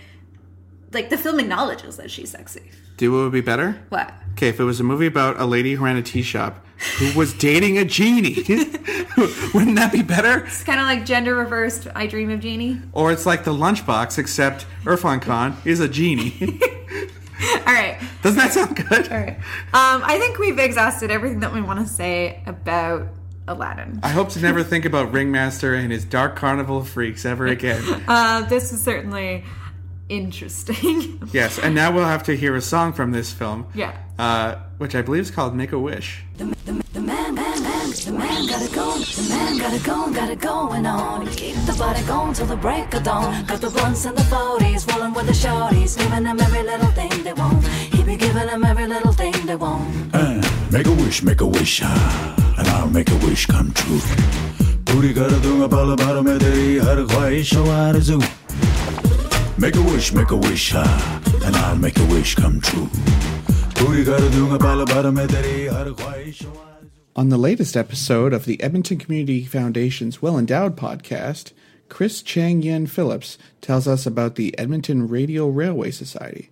like the film acknowledges that she's sexy. Do you what would be better? What? Okay, if it was a movie about a lady who ran a tea shop who was dating a genie, [laughs] wouldn't that be better? It's kind of like gender reversed. I dream of Jeannie. [laughs] Or it's like the lunchbox, except Irfan Khan is a genie. [laughs] All right. Doesn't that sound good? All right. Um, I think we've exhausted everything that we want to say about Aladdin. I hope to never think about Ringmaster and his dark carnival of freaks ever [laughs] again. Uh, this is certainly interesting. [laughs] Yes, and now we'll have to hear a song from this film. yeah. Uh, which I believe is called Make a Wish. The, the, the man, man, man, the man got it going, the man got it going, got it going on. Keep the body going till the break of dawn. Got the blunts and the forties, rolling with the shorties, giving them every little thing they want. He be giving them every little thing they want. Make a wish, make a wish, ah, and I'll make a wish come true. पूरी कर दूंगा पल भर में तेरी हर ख्वाहिश और आरज़ू. Make a wish, make a wish, ah, and I'll make a wish come true. पूरी कर दूंगा पल भर में तेरी हर ख्वाहिश और आरज़ू. On the latest episode of the Edmonton Community Foundation's Well Endowed podcast, Chris Chang Yen Phillips tells us about the Edmonton Radio Railway Society.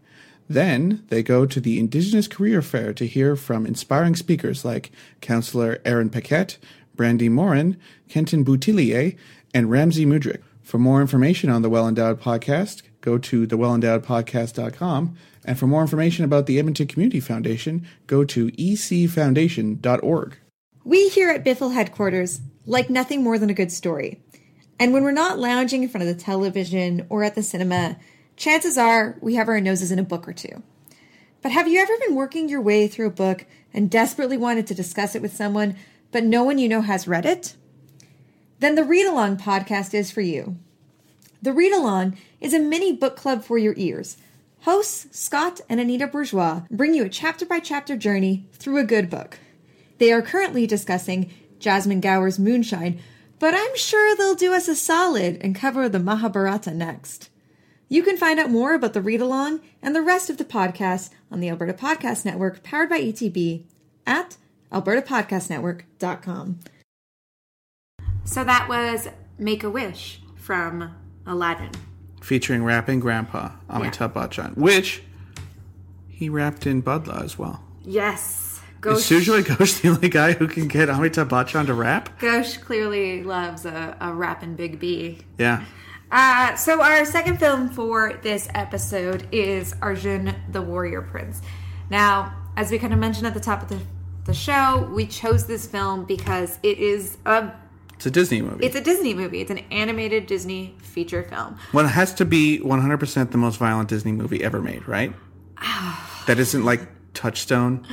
Then they go to the Indigenous Career Fair to hear from inspiring speakers like Councillor Aaron Paquette, Brandy Morin, Kenton Boutillier, and Ramsey Mudrick. For more information on the Well Endowed podcast, go to thewellendowedpodcast.com. And for more information about the Edmonton Community Foundation, go to ecfoundation.org. We here at Biffle headquarters like nothing more than a good story. And when we're not lounging in front of the television or at the cinema, chances are we have our noses in a book or two. But have you ever been working your way through a book and desperately wanted to discuss it with someone, but no one you know has read it? Then the Read Along podcast is for you. The Read Along is a mini book club for your ears. Hosts Scott and Anita Bourgeois bring you a chapter by chapter journey through a good book. They are currently discussing Jasmine Gower's Moonshine, but I'm sure they'll do us a solid and cover the Mahabharata next. You can find out more about the read along and the rest of the podcast on the Alberta Podcast Network, powered by ETB, at albertapodcastnetwork.com. So that was Make a Wish from Aladdin. Featuring rapping Grandpa, Yeah. Amitabh Bachchan, which he rapped in Budla as well. Yes. Is Ghosh, Sujoy Ghosh the only guy who can get Amitabh Bachchan to rap? Ghosh clearly loves a, a rapping Big B. Yeah. Uh, so our second film for this episode is Arjun the Warrior Prince. Now, as we kind of mentioned at the top of the, the show, we chose this film because it is a It's a Disney movie. it's a Disney movie. It's an animated Disney feature film. Well, it has to be 100% the most violent Disney movie ever [sighs] made, right? that isn't like Touchstone.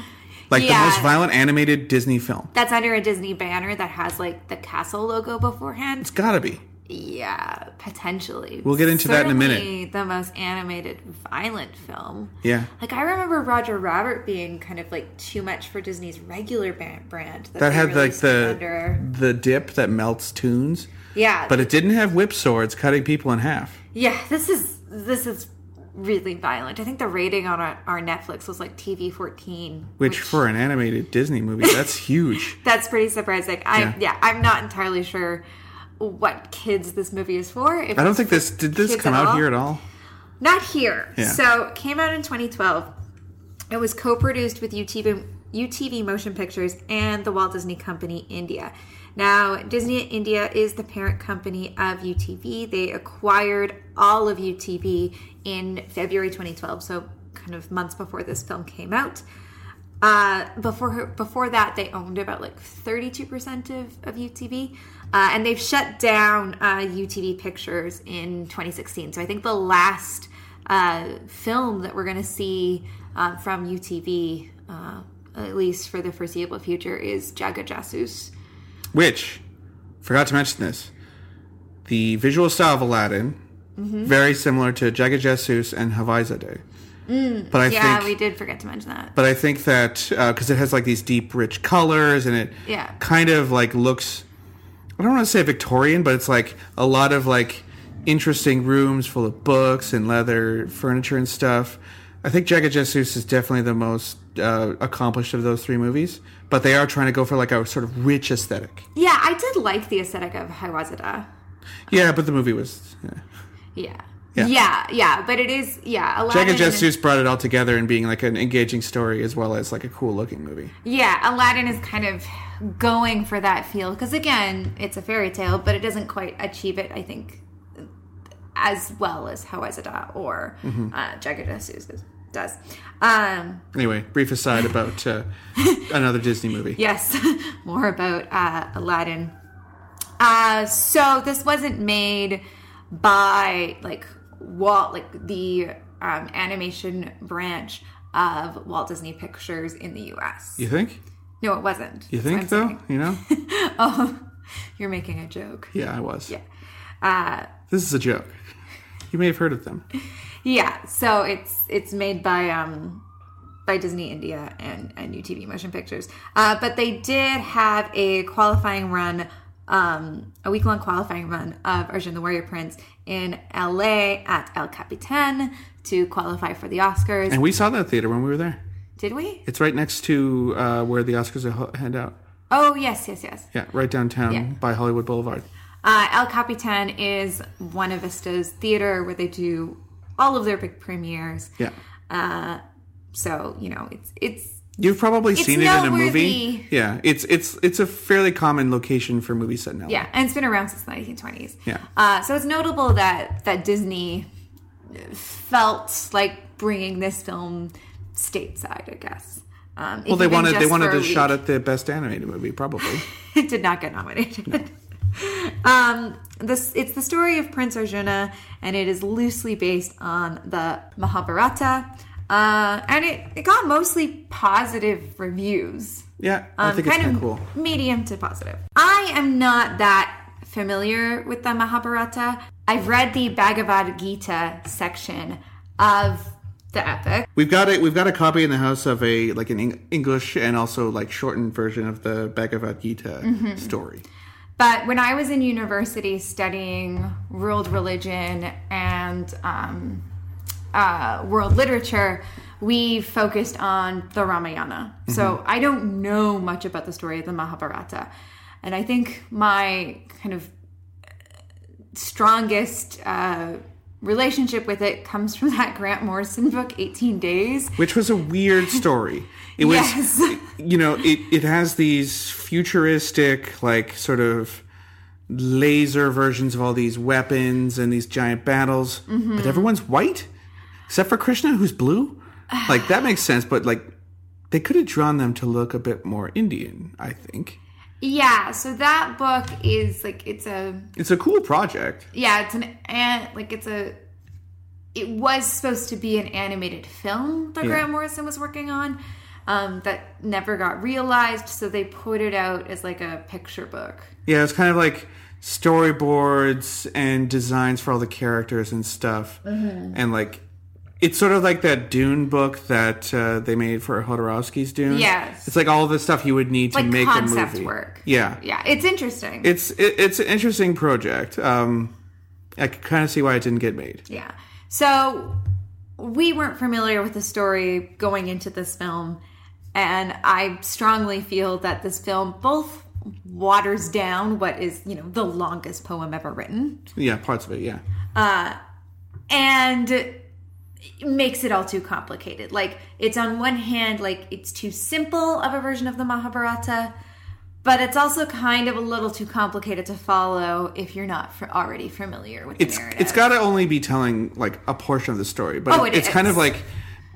Like Yeah. the most violent animated Disney film. That's under a Disney banner that has like the castle logo beforehand. It's gotta be. Yeah, potentially. We'll get into that in a minute. Certainly The most animated violent film. Yeah. Like I remember Roger Robert being kind of like too much for Disney's regular ba- brand. That they had like released the under. the dip that melts tunes, yeah, but it didn't have whip swords cutting people in half. yeah. This is this is really violent. I think the rating on our, our Netflix was like TV fourteen, Which, for an animated Disney movie, that's huge. that's pretty surprising. I Yeah. yeah. I'm not entirely sure what kids this movie is for. If I it's don't think this did this Kids come at out all? here at all. Not here. Yeah. So it came out in 2012. It was co-produced with UTV, UTV Motion Pictures and the Walt Disney Company India. Now, Disney India is the parent company of UTV. They acquired all of UTV in February 2012, so kind of months before this film came out. Uh, before before that, they owned about like 32% of, of UTV, uh, and they've shut down uh, UTV Pictures in 2016. So I think the last uh, film that we're going to see uh, from UTV, uh, at least for the foreseeable future, is Jaga Jasus. Which forgot to mention this. The visual style of Aladdin, Mm-hmm. very similar to Jagged Jesus and Havaizadeh. but I Mm. Yeah, think we did forget to mention that. but I think that because it has like these deep, rich colors and it Yeah. kind of like looks. I don't want to say Victorian, but it's like a lot of like interesting rooms full of books and leather furniture and stuff. I think Jagged Jesus is definitely the most uh, accomplished of those three movies, but they are trying to go for like a sort of rich aesthetic. Yeah, I did like the aesthetic of Hiwazuda. Yeah, but the movie was. Yeah. Yeah. Yeah. Yeah. yeah, but it is yeah. Aladdin, Jagged Jesus brought it all together and being like an engaging story as well as like a cool looking movie. yeah, Aladdin is kind of going for that feel because again, it's a fairy tale, but it doesn't quite achieve it. I think as well as Hawazada or Mm-hmm. uh, Jagged Jesus does. Um, Anyway, brief aside about uh, another Disney movie. yes, [laughs] more about uh, Aladdin. Uh, so this wasn't made by like Walt, like the um, animation branch of Walt Disney Pictures in the U.S. You think? No, it wasn't. You think I'm though? sorry. You [laughs] know? Oh, you're making a joke. Yeah, I was. Yeah. Uh, This is a joke. You may have heard of them. yeah. So it's it's made by um by Disney India and and UTV Motion Pictures. Uh, but they did have a qualifying run, um, a week long qualifying run of Arjun the Warrior Prince in L.A. at El Capitan to qualify for the Oscars. And we saw that theater when we were there. did we? It's right next to uh, where the Oscars are ho- hand out. Oh yes, yes, yes. Yeah, right downtown Yeah. by Hollywood Boulevard. Uh, El Capitan is Buena Vista's theater where they do all of their big premieres. Yeah. So you know, it's it's You've probably seen it in a noteworthy. movie. Yeah, it's it's it's a fairly common location for movie set now. yeah, and it's been around since the 1920s. Yeah. Uh, so it's notable that that Disney felt like bringing this film stateside, I guess. Um, Well, they wanted they wanted a shot at the best animated movie, probably. it [laughs] did not get nominated. [laughs] um, this it's the story of Prince Arjuna, and it is loosely based on the Mahabharata, uh, and it, it got mostly positive reviews. Yeah, I Um, think it's kind of cool. medium to positive. I am not that familiar with the Mahabharata. I've read the Bhagavad Gita section of the epic. We've got it. We've got a copy in the house of a like an Eng- English and also like shortened version of the Bhagavad Gita story. But when I was in university studying world religion and um, uh, world literature, we focused on the Ramayana. Mm-hmm. So I don't know much about the story of the Mahabharata. And I think my kind of uh, strongest uh, relationship with it comes from that Grant Morrison book, 18 Days. which was a weird story. It was, Yes. [laughs] you know, it, it has these futuristic, like, sort of laser versions of all these weapons and these giant battles, but everyone's white except for Krishna, who's blue. Like, that makes sense, but like, they could have drawn them to look a bit more Indian, I think. Yeah, so that book is like, it's a It's a cool project. yeah it's an an like it's a it was supposed to be an animated film that grant morrison was working on um, that never got realized so they put it out as like a picture book Yeah, it's kind of like storyboards and designs for all the characters and stuff, Mm-hmm. and like it's sort of like that Dune book that uh, they made for Hodorowski's Dune. Yes. it's like all the stuff you would need to like make concept a movie. work Yeah, yeah it's interesting it's it, it's an interesting project. Um, I can kind of see why it didn't get made. Yeah. So we weren't familiar with the story going into this film, and I strongly feel that this film both waters down what is, you know, the longest poem ever written Yeah, parts of it. Yeah, and it makes it all too complicated. Like it's on one hand like it's too simple of a version of the Mahabharata, but it's also kind of a little too complicated to follow if you're not f already familiar with the it's narrative. it's got to only be telling like a portion of the story, but Oh, it it's kind of is. like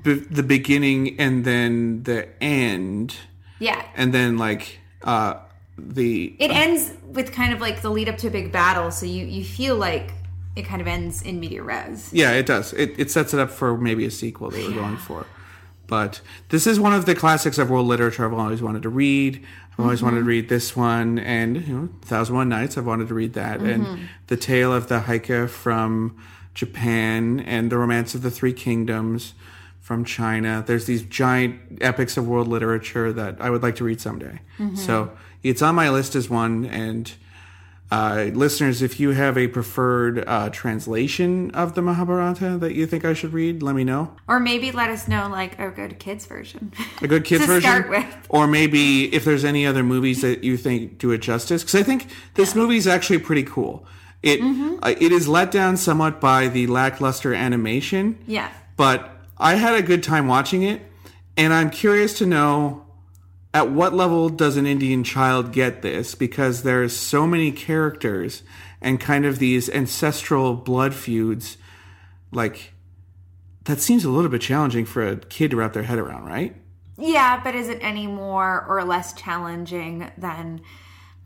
b- the beginning and then the end. yeah. and then like uh the it ends with kind of like the lead up to a big battle, so you you feel like it kind of ends in media res. yeah it does it, it sets it up for maybe a sequel they were going for but this is one of the classics of world literature i've always wanted to read i've always wanted to read this one and you know thousand one nights i've wanted to read that and the tale of the haika from japan and the romance of the three kingdoms from china there's these giant epics of world literature that i would like to read someday so it's on my list as one and Uh, listeners, if you have a preferred uh, translation of the Mahabharata that you think I should read, let me know. Or maybe let us know, like, a good kids version. A good kids [laughs] to version, start with. or maybe if there's any other movies that you think do it justice, because I think this movie is actually pretty cool. It Mm-hmm. uh, it is let down somewhat by the lackluster animation, Yeah. but I had a good time watching it, and I'm curious to know at what level does an Indian child get this? Because there's so many characters and kind of these ancestral blood feuds, like that seems a little bit challenging for a kid to wrap their head around, right? Yeah, but is it any more or less challenging than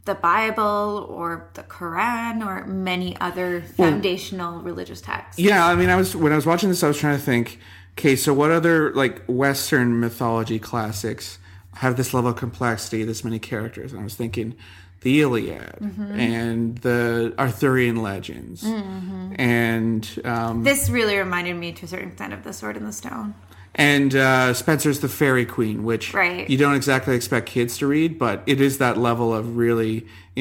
the Bible or the Quran or many other foundational religious texts? Yeah, I mean, I was when I was watching this, I was trying to think. Okay, so what other like Western mythology classics have this level of complexity, this many characters? And I was thinking, the Iliad and the Arthurian legends, and um, This really reminded me to a certain extent of The Sword in the Stone. and uh, Spencer's The Fairy Queen, which Right. you don't exactly expect kids to read, but it is that level of really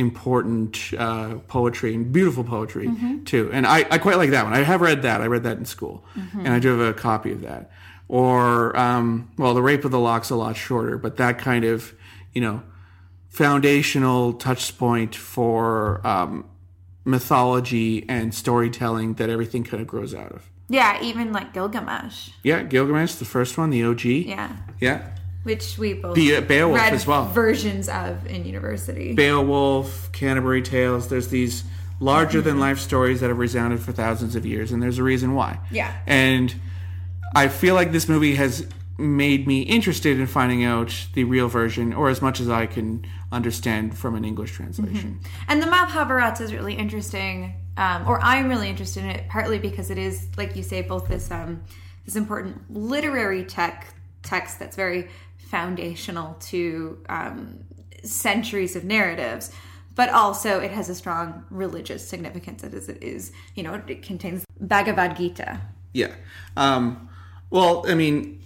important uh, poetry and beautiful poetry Mm-hmm. too. And I, I quite like that one. I have read that. I read that in school, Mm-hmm. and I do have a copy of that. Or um, well, The Rape of the Lock's a lot shorter, but that kind of you know foundational touch point for um, mythology and storytelling that everything kind of grows out of. Yeah, even like Gilgamesh. Yeah, Gilgamesh, the first one, the OG. Yeah. Yeah. Which we both Be- uh, Beowulf read as well. versions of in university. Beowulf, Canterbury Tales, there's these larger than life stories that have resounded for thousands of years, and there's a reason why. Yeah. And I feel like this movie has made me interested in finding out the real version, or as much as I can understand from an English translation. And the Mahabharata is really interesting, um, or I'm really interested in it partly because it is, like you say, both this um, this important literary tech text that's very foundational to um, centuries of narratives, but also it has a strong religious significance. As it is, you know, it contains Bhagavad Gita. Yeah. Um, well, I mean,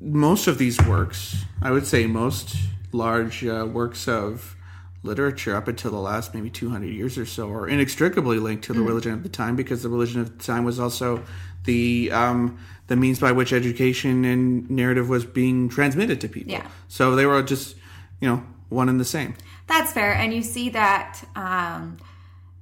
most of these works, I would say most large uh, works of literature up until the last maybe 200 years or so are inextricably linked to the religion of the time because the religion of the time was also the um, the means by which education and narrative was being transmitted to people. Yeah. So they were just, you know, one and the same. That's fair, and you see that um,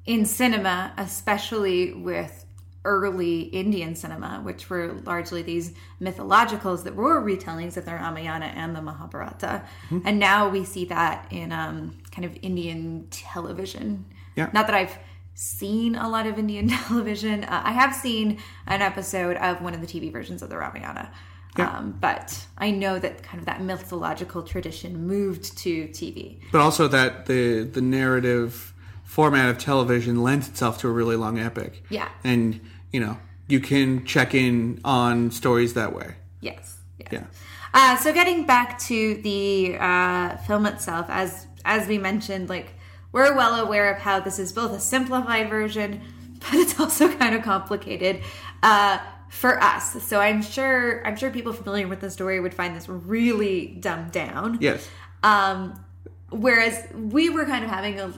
in cinema, especially with early Indian cinema, which were largely these mythologicals that were retellings of the Ramayana and the Mahabharata, Mm-hmm. and now we see that in um, kind of Indian television. Yeah. Not that I've seen a lot of Indian [laughs] television. Uh, I have seen an episode of one of the TV versions of the Ramayana. Yeah. Um, but I know that kind of that mythological tradition moved to TV. But also that the the narrative format of television lends itself to a really long epic. Yeah. And you know, you can check in on stories that way. Yes. yes. Yeah. Uh, so getting back to the uh, film itself, as as we mentioned, like we're well aware of how this is both a simplified version, [laughs] but it's also kind of complicated uh, for us. So I'm sure I'm sure people familiar with the story would find this really dumbed down. Yes. Um, whereas we were kind of having a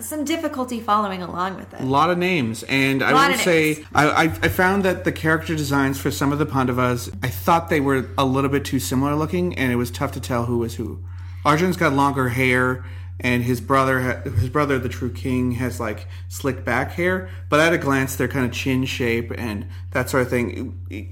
some difficulty following along with A it. lot of names, and I Lot will of say, names. I, I, I found that the character designs for some of the Pandavas, I thought they were a little bit too similar looking, and it was tough to tell who was who. Arjun's got longer hair, and his brother, ha- his brother, the true king, has like slick back hair. But at a glance, their kind of chin shape and that sort of thing it- it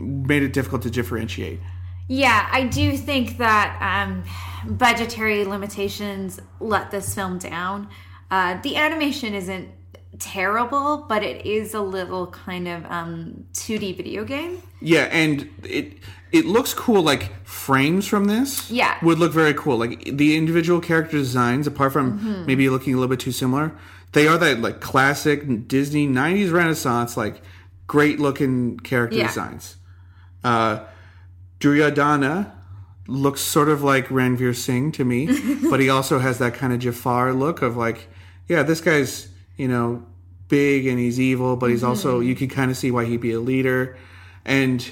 made it difficult to differentiate. Yeah, I do think that um, budgetary limitations let this film down. Uh, the animation isn't terrible, but it is a little kind of um, 2D video game. Yeah, and it it looks cool. Like frames from this, Yeah. would look very cool. Like the individual character designs, apart from maybe looking a little bit too similar, they are that like classic Disney '90s Renaissance, like great looking character Yeah. designs. Uh, Duryodhana looks sort of like Ranveer Singh to me, but he also has that kind of Jafar look of like, yeah, this guy's you know big and he's evil, but he's also you can kind of see why he'd be a leader, and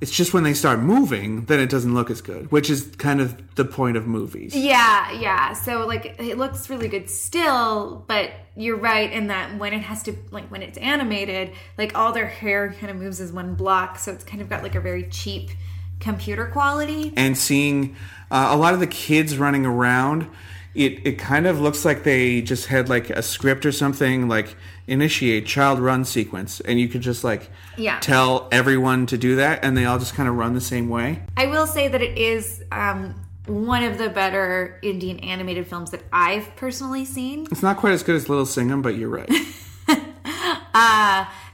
It's just when they start moving, then it doesn't look as good, which is kind of the point of movies. Yeah, yeah. So like it looks really good still, but you're right in that when it has to like when it's animated, like all their hair kind of moves as one block, so it's kind of got like a very cheap computer quality. And seeing uh, a lot of the kids running around, it, it kind of looks like they just had like a script or something, like initiate child run sequence, and you could just like Yeah. tell everyone to do that, and they all just kind of run the same way. I will say that it is um one of the better Indian animated films that I've personally seen. It's not quite as good as Little Sing'em, but you're [laughs] right.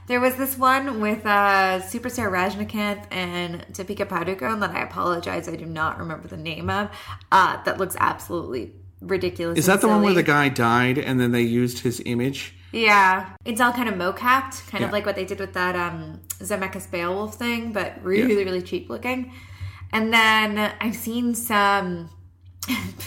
There was this one with uh, superstar Rajnikanth and Deepika Padukone that I apologize, I do not remember the name of. Uh, that looks absolutely ridiculous. Is and that the one where the silly. guy died and then they used his image? Yeah, it's all kind of mocapped, kind of Yeah. like what they did with that um, Zemeckis Beowulf thing, but really, Yeah. really cheap looking. And then I've seen some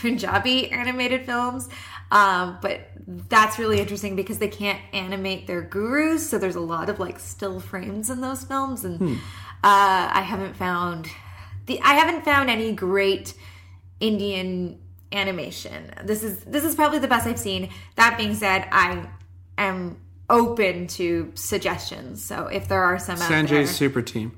Punjabi animated films, um, but that's really interesting because they can't animate their gurus, so there's a lot of like still frames in those films, and Hmm. uh, I haven't found the I haven't found any great Indian animation. This is this is probably the best I've seen. That being said, I am open to suggestions. So if there are some out there, Sanjay's super team.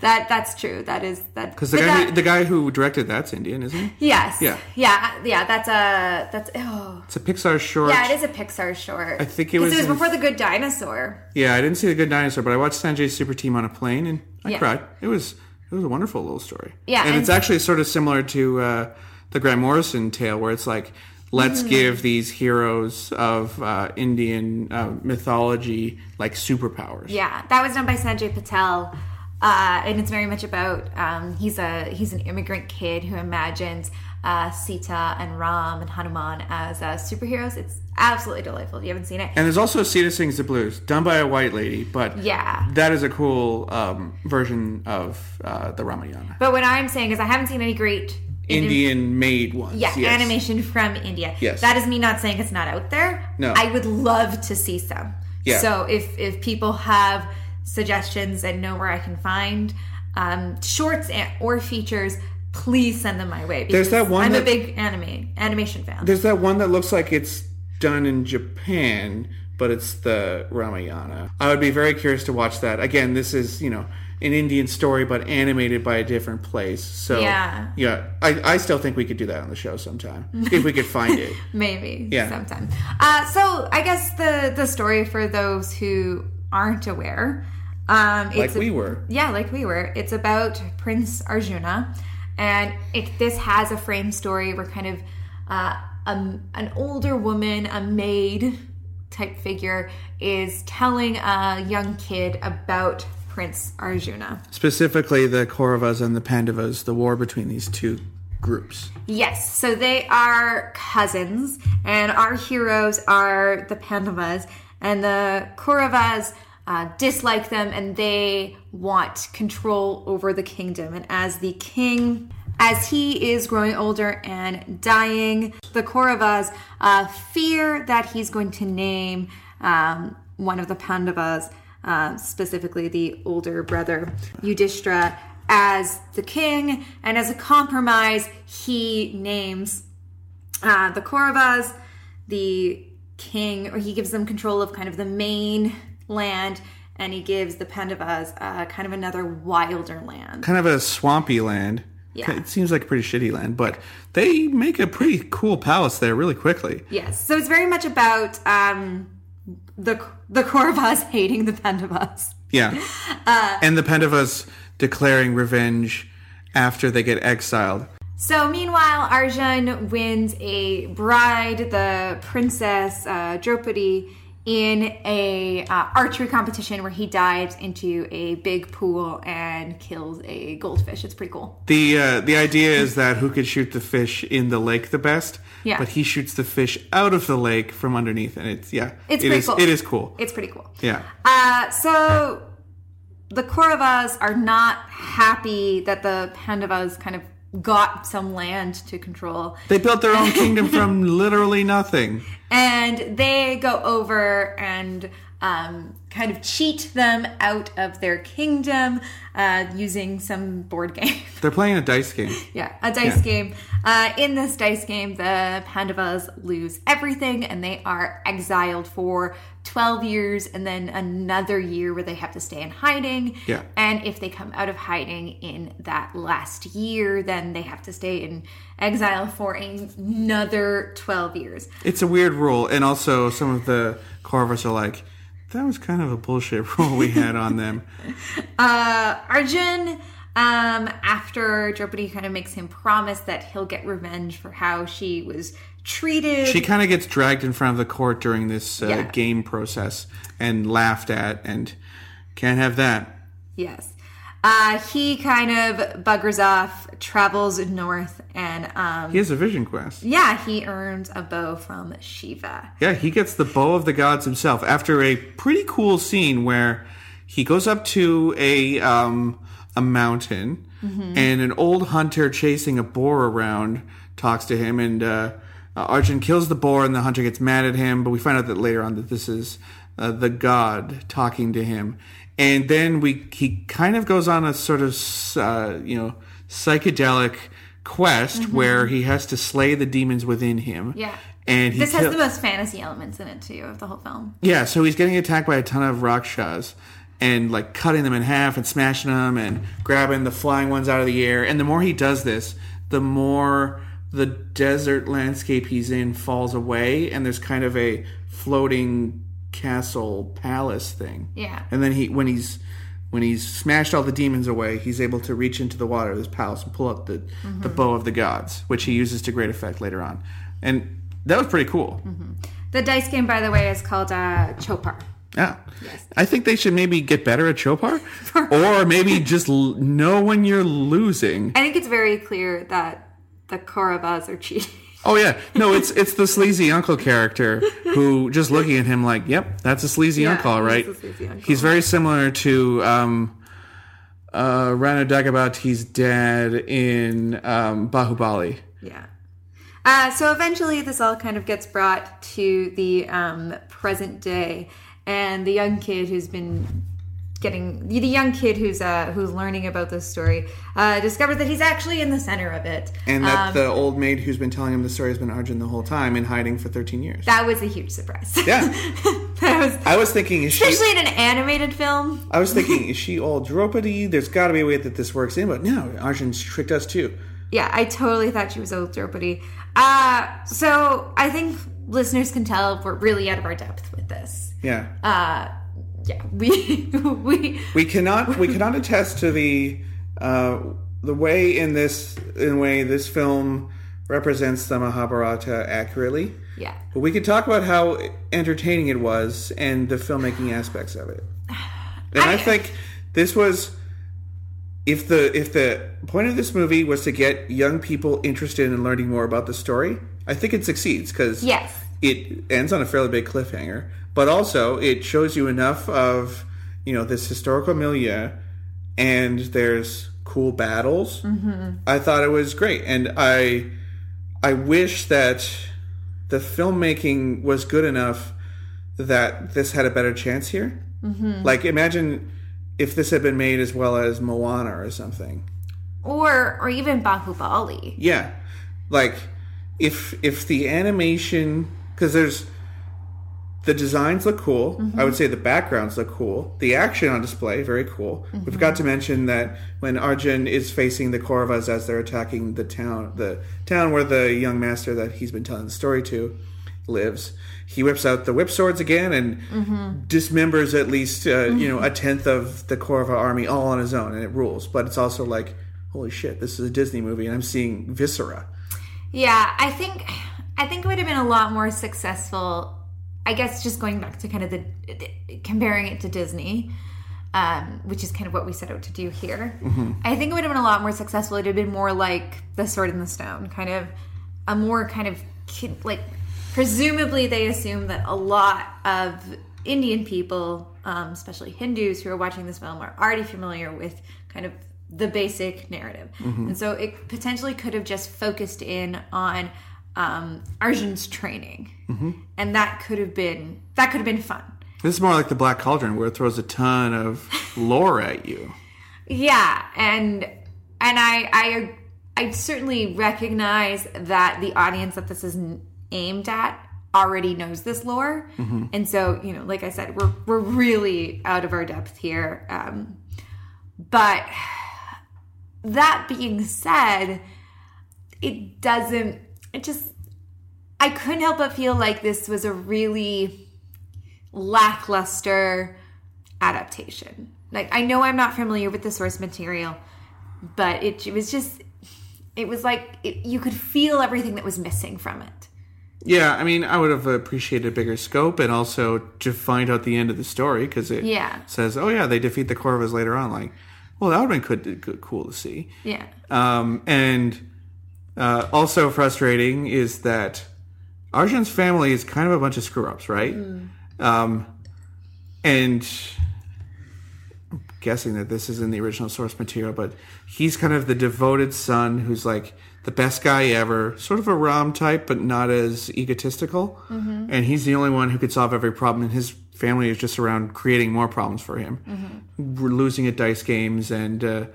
that that's true. That is that Because the but guy, that- who, the guy who directed that's Indian, isn't he? yes, Yeah. yeah, yeah. That's a that's oh It's a Pixar short. yeah. It is a Pixar short. I think it 'Cause was it was in- before the Good Dinosaur. Yeah, I didn't see The Good Dinosaur, but I watched Sanjay's Super Team on a plane and I Yeah. cried. It was it was a wonderful little story. Yeah, and, and- it's actually sort of similar to uh, the Grant Morrison tale, where it's like let's Mm-hmm. give these heroes of uh, Indian uh, mythology like superpowers. Yeah, that was done by Sanjay Patel, uh, and it's very much about um, he's a he's an immigrant kid who imagines uh, Sita and Ram and Hanuman as uh, superheroes. It's absolutely delightful. If you haven't seen it, And there's also Sita Sings the Blues, done by a white lady, but Yeah. that is a cool um, version of uh, the Ramayana. but what I'm saying is I haven't seen any great Indian made ones. yeah yes. animation from India. Yes. that is me not saying it's not out there. No. I would love to see some. Yeah. So if if people have suggestions and know where I can find um, shorts and, or features. Please send them my way. There's that because one I'm a that- big anime animation fan. There's that one that looks like it's done in Japan, but it's the Ramayana. I would be very curious to watch that. Again, this is, you know, an Indian story but animated by a different place. So Yeah. yeah I, I still think we could do that on the show sometime. if we could find [laughs] it. maybe Yeah. sometime. Uh, so I guess the the story for those who aren't aware, um, it's Like we were. yeah, like we were. It's about Prince Arjuna, and it this has a frame story where kind of uh, um, an older woman, a maid type figure, is telling a young kid about Prince Arjuna. Specifically the Kauravas and the Pandavas, the war between these two groups. Yes, so they are cousins, and our heroes are the Pandavas, and the Kauravas uh, dislike them, and they want control over the kingdom. And as the king, as he is growing older and dying, the Kauravas uh, fear that he's going to name um, one of the Pandavas, uh, specifically the older brother, Yudhishthira, as the king. And as a compromise, he names uh, the Kauravas the king, or he gives them control of kind of the main land, and he gives the Pandavas uh, kind of another wilder land. Kind of a swampy land. Yeah. It seems like a pretty shitty land, but they make a pretty cool palace there really quickly. Yes. So it's very much about um, the the Kauravas [laughs] hating the Pandavas. Yeah. Uh, and the Pandavas declaring revenge after they get exiled. So meanwhile, Arjun wins a bride, the princess uh, Draupadi, in a uh, archery competition where he dives into a big pool and kills a goldfish. It's pretty cool. The uh, the idea is that who could shoot the fish in the lake the best. Yeah. But he shoots the fish out of the lake from underneath, and it's yeah. It's it pretty is- cool. It is cool. It's pretty cool. yeah. Uh, so the Kauravas are not happy that the Pandavas kind of got some land to control. They built their [laughs] own kingdom from literally nothing. and they go over and um, kind of cheat them out of their kingdom uh, using some board [laughs] game. They're playing a dice game. yeah, a dice Yeah. game. Uh, in this dice game, the Pandavas lose everything and they are exiled for 12 years and then another year where they have to stay in hiding. Yeah. And if they come out of hiding in that last year, then they have to stay in exile for another 12 years. It's a weird rule, and also some of the Corvus are like, that was kind of a bullshit [laughs] rule we had on them. Arjun, um, after Draupadi kind of makes him promise that he'll get revenge for how she was treated. She kind of gets dragged in front of the court during this uh, Yeah. game process and laughed at, and can't have that. yes. Uh, he kind of buggers off, travels north, and um, He has a vision quest. yeah, he earns a bow from Shiva. Yeah, he gets the bow of the gods himself after a pretty cool scene where he goes up to a um, a mountain Mm-hmm. and an old hunter chasing a boar around talks to him and uh, uh, Arjun kills the boar and the hunter gets mad at him, but we find out that later on that this is uh, the god talking to him, and then we he kind of goes on a sort of uh, you know psychedelic quest where he has to slay the demons within him. Mm-hmm. Yeah. And he This has kill- the most fantasy elements in it too of the whole film. yeah, so he's getting attacked by a ton of rakshas and like cutting them in half and smashing them and grabbing the flying ones out of the air. And the more he does this, the more the desert landscape he's in falls away, and there's kind of a floating castle palace thing. Yeah. And then he when he's when he's smashed all the demons away, he's able to reach into the water of this palace and pull out the the bow of the gods, which he uses to great effect later on. And that was pretty cool. The dice game, by the way, is called uh, Chopar. Yeah. I think they should maybe get better at [laughs] Chopar or maybe just l- know when you're losing. I think it's very clear that the Kauravas are cheating. Oh yeah. No, it's it's the sleazy uncle character who just looking at him like, "Yep, that's a sleazy Yeah, uncle, he's right?" a sleazy uncle. He's very similar to um uh Rana Dagabati's dad in um Bahubali. Yeah. Uh, so eventually, this all kind of gets brought to the um, present day, and the young kid who's been getting the young kid who's uh, who's learning about this story uh, discovers that he's actually in the center of it. And Um, that the old maid who's been telling him the story has been Arjun the whole time in hiding for 13 years. That was a huge surprise. Yeah. [laughs] that was I was thinking is she especially in an animated film. I was thinking, is she all Draupadi? There's got to be a way that this works in, but no, Arjun's tricked us too. Yeah, I totally thought she was old Draupadi. Uh, so I think listeners can tell we're really out of our depth with this. Yeah, Uh, yeah, we [laughs] we we cannot we cannot attest to the uh, the way in this in way this film represents the Mahabharata accurately. yeah. But we could talk about how entertaining it was and the filmmaking aspects of it. And I, think this was if the if the point of this movie was to get young people interested in learning more about the story, I think it succeeds because Yes. it ends on a fairly big cliffhanger, but also it shows you enough of you know this historical milieu, and there's cool battles. Mm-hmm. I thought it was great, and I I wish that the filmmaking was good enough that this had a better chance here. Mm-hmm. Like imagine if this had been made as well as Moana or something. or or even Bahubali. Yeah, like if if the animation because there's the designs look cool. I would say the backgrounds look cool. The action on display very cool. We forgot to mention that when Arjun is facing the Kauravas as they're attacking the town, the town where the young master that he's been telling the story to lives, he whips out the whip swords again and dismembers at least uh, you know a tenth of the Korva army all on his own, and it rules. But it's also like, holy shit, this is a Disney movie, and I'm seeing viscera. Yeah, I think I think it would have been a lot more successful. I guess just going back to kind of the, the- comparing it to Disney, um, which is kind of what we set out to do here. I think it would have been a lot more successful. It'd have been more like the Sword in the Stone, kind of a more kind of kid like. Presumably, they assume that a lot of Indian people, um, especially Hindus who are watching this film, are already familiar with kind of the basic narrative, and so it potentially could have just focused in on um, Arjun's training, and that could have been that could have been fun. This is more like the Black Cauldron, where it throws a ton of lore at you. Yeah, and and I I I certainly recognize that the audience that this is n- aimed at already knows this lore, and so you know, like I said, we're we're really out of our depth here. Um, but that being said, it doesn't. It just I couldn't help but feel like this was a really lackluster adaptation. Like I know I'm not familiar with the source material, but it, it was just it was like it, you could feel everything that was missing from it. Yeah, I mean, I would have appreciated a bigger scope and also to find out the end of the story because it Yeah. says, oh, yeah, they defeat the Corvas later on. Like, well, that would have been good, good, cool to see. Yeah. Um, and uh, also frustrating is that Arjun's family is kind of a bunch of screw ups, right? Mm. Um, and I'm guessing that this is in the original source material, but he's kind of the devoted son who's like the best guy ever, sort of a Rom type, but not as egotistical. Mm-hmm. And he's the only one who could solve every problem, and his family is just around creating more problems for him. Mm-hmm. We're losing at dice games and uh,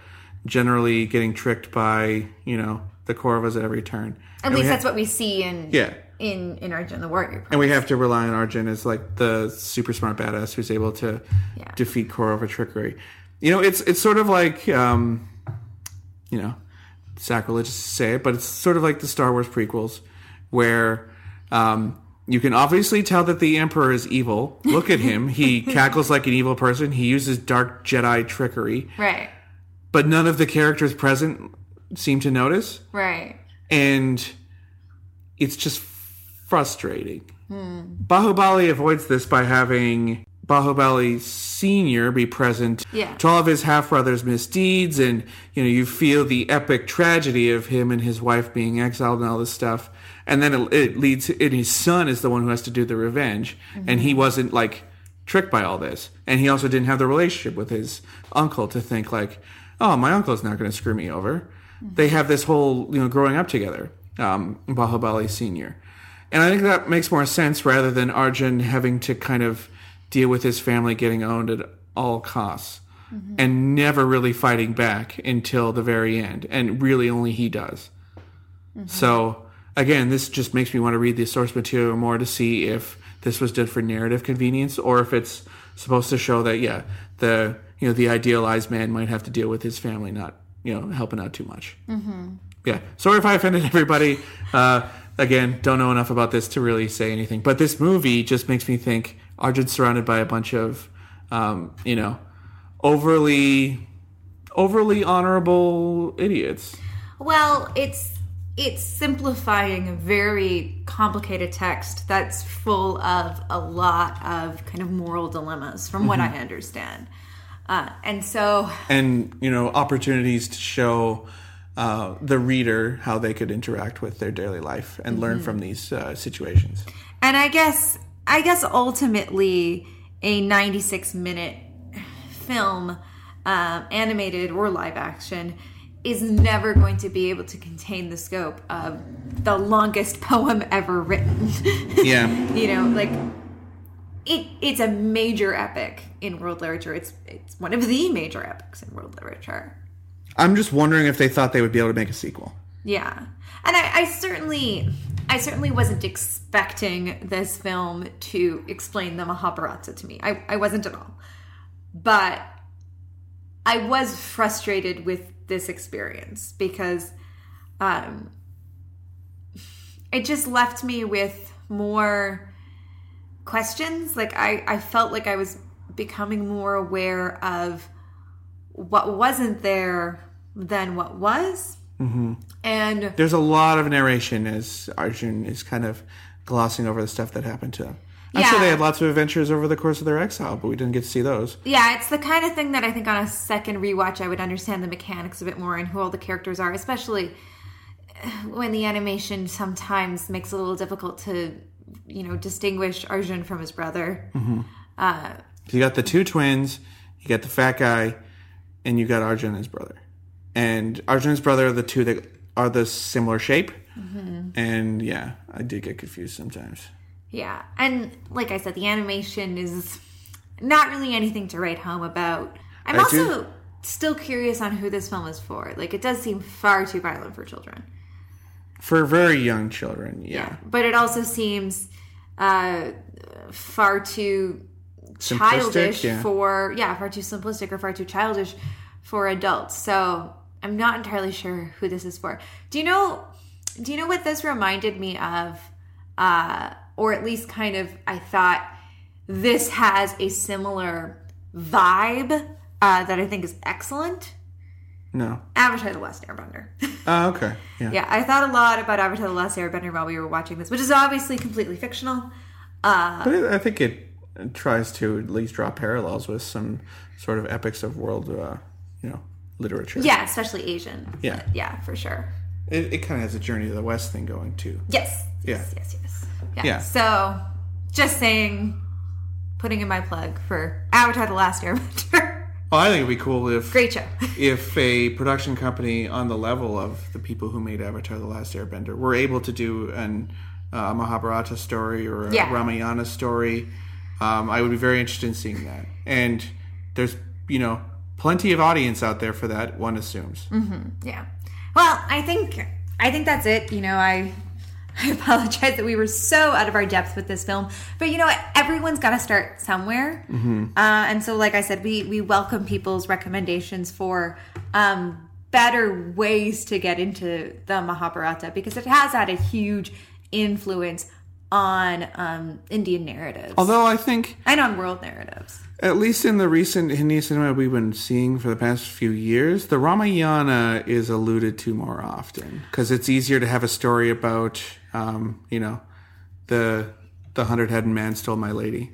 generally getting tricked by, you know, the Corvas at every turn. At least that's what we see in Yeah. in in Arjun the Warrior. And we have to rely on Arjun as like the super smart badass who's able to Yeah. defeat Korra for trickery. You know, it's it's sort of like um, you know, sacrilegious to say it, but it's sort of like the Star Wars prequels, where um, you can obviously tell that the Emperor is evil. Look at him; he cackles like an evil person. He uses dark Jedi trickery, Right. but none of the characters present seem to notice Right. and it's just frustrating. Bahubali avoids this by having Bahubali Senior be present Yeah. to all of his half brother's misdeeds, and you know you feel the epic tragedy of him and his wife being exiled and all this stuff. And then it, it leads, and his son is the one who has to do the revenge, and he wasn't like tricked by all this, and he also didn't have the relationship with his uncle to think like, oh, my uncle's not going to screw me over. They have this whole you know growing up together, um, Bahubali Senior. And I think that makes more sense rather than Arjun having to kind of deal with his family getting owned at all costs and never really fighting back until the very end. And really, only he does. So, again, this just makes me want to read the source material more to see if this was done for narrative convenience or if it's supposed to show that, yeah, the. You know, the idealized man might have to deal with his family not, you know, helping out too much yeah sorry if i offended everybody uh, again don't know enough about this to really say anything but this movie just makes me think arjun's surrounded by a bunch of um, you know overly overly honorable idiots Well, it's it's simplifying a very complicated text that's full of a lot of kind of moral dilemmas, from what I understand. Uh, and so, and you know opportunities to show uh, the reader how they could interact with their daily life and learn from these uh, situations and I guess I guess ultimately a 96 minute film, um, animated or live action, is never going to be able to contain the scope of the longest [laughs] poem ever written. [laughs] yeah you know like it it's a major epic in world literature it's it's one of the major epics in world literature i'm just wondering if they thought they would be able to make a sequel yeah and i, I certainly i certainly wasn't expecting this film to explain the mahabharata to me i, I wasn't at all but i was frustrated with this experience because um it just left me with more questions like i i felt like i was becoming more aware of what wasn't there than what was and there's a lot of narration as Arjun is kind of glossing over the stuff that happened to them. I'm sure Yeah. they had lots of adventures over the course of their exile, but we didn't get to see those. yeah it's the kind of thing that i think on a second rewatch i would understand the mechanics a bit more and who all the characters are especially uh, when the animation sometimes makes it a little difficult to you know distinguish arjun from his brother Hmm. You got the two twins, you got the fat guy, and you got Arjun and his brother. And Arjun and his brother are the two that are the similar shape. Mm-hmm. And yeah, I did get confused sometimes. Yeah, and like I said, the animation is not really anything to write home about. I'm I do- also still curious on who this film is for. Like, it does seem far too violent for children. For very young children, yeah. But it also seems uh, far too Simplistic, childish yeah. for, yeah, far too simplistic or far too childish for adults. So I'm not entirely sure who this is for. Do you know? Do you know what this reminded me of? Uh, or at least kind of, I thought this has a similar vibe uh, that I think is excellent. No. Avatar: The Last Airbender. [laughs] Oh, okay. Yeah. Yeah, I thought a lot about Avatar: The Last Airbender while we were watching this, which is obviously completely fictional. But I- I think it it tries to at least draw parallels with some sort of epics of world, uh, you know, literature. Yeah, especially Asian. Yeah. Yeah, for sure. It, it kind of has a journey to the West thing going too. Yes. Yeah. Yes, yes, yes. Yeah. Yeah. So, just saying, putting in my plug for Avatar: The Last Airbender. [laughs] Well, I think it'd be cool if Great show. if a production company on the level of the people who made Avatar: The Last Airbender were able to do an uh, Mahabharata story or a Yeah. Ramayana story, um, I would be very interested in seeing that. And there's you know plenty of audience out there for that. One assumes. Mm-hmm. Yeah. Well, I think I think that's it. You know, I [laughs] I apologize that we were so out of our depth with this film, but you know, what? everyone's got to start somewhere. Uh, and so, like I said, we we welcome people's recommendations for um, better ways to get into the Mahabharata because it has had a huge influence on um, Indian narratives Although I think and on world narratives. At least in the recent Hindi cinema we've been seeing for the past few years, the Ramayana is alluded to more often because it's easier to have a story about, um, you know, the the hundred headed man stole my lady.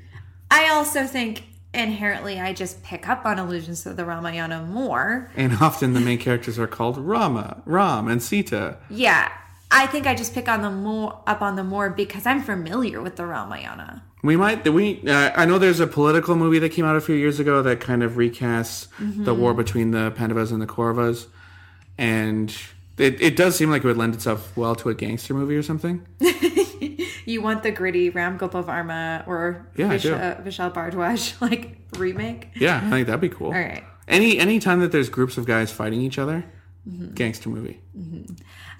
I also think inherently I just pick up on allusions to the Ramayana more And [laughs] often the main characters are called Rama, Ram, and Sita. Yeah, I think I just pick on the more up on the more because I'm familiar with the Ramayana. We might we uh, I know there's a political movie that came out a few years ago that kind of recasts the war between the Pandavas and the Kauravas, and it, it does seem like it would lend itself well to a gangster movie or something. You want the gritty Ram Gopal Varma or Yeah, I Vish- do. uh, Vishal Bhardwaj [laughs] like remake? Yeah, I think that'd be cool. All right. Any any time that there's groups of guys fighting each other, Mm-hmm. gangster movie.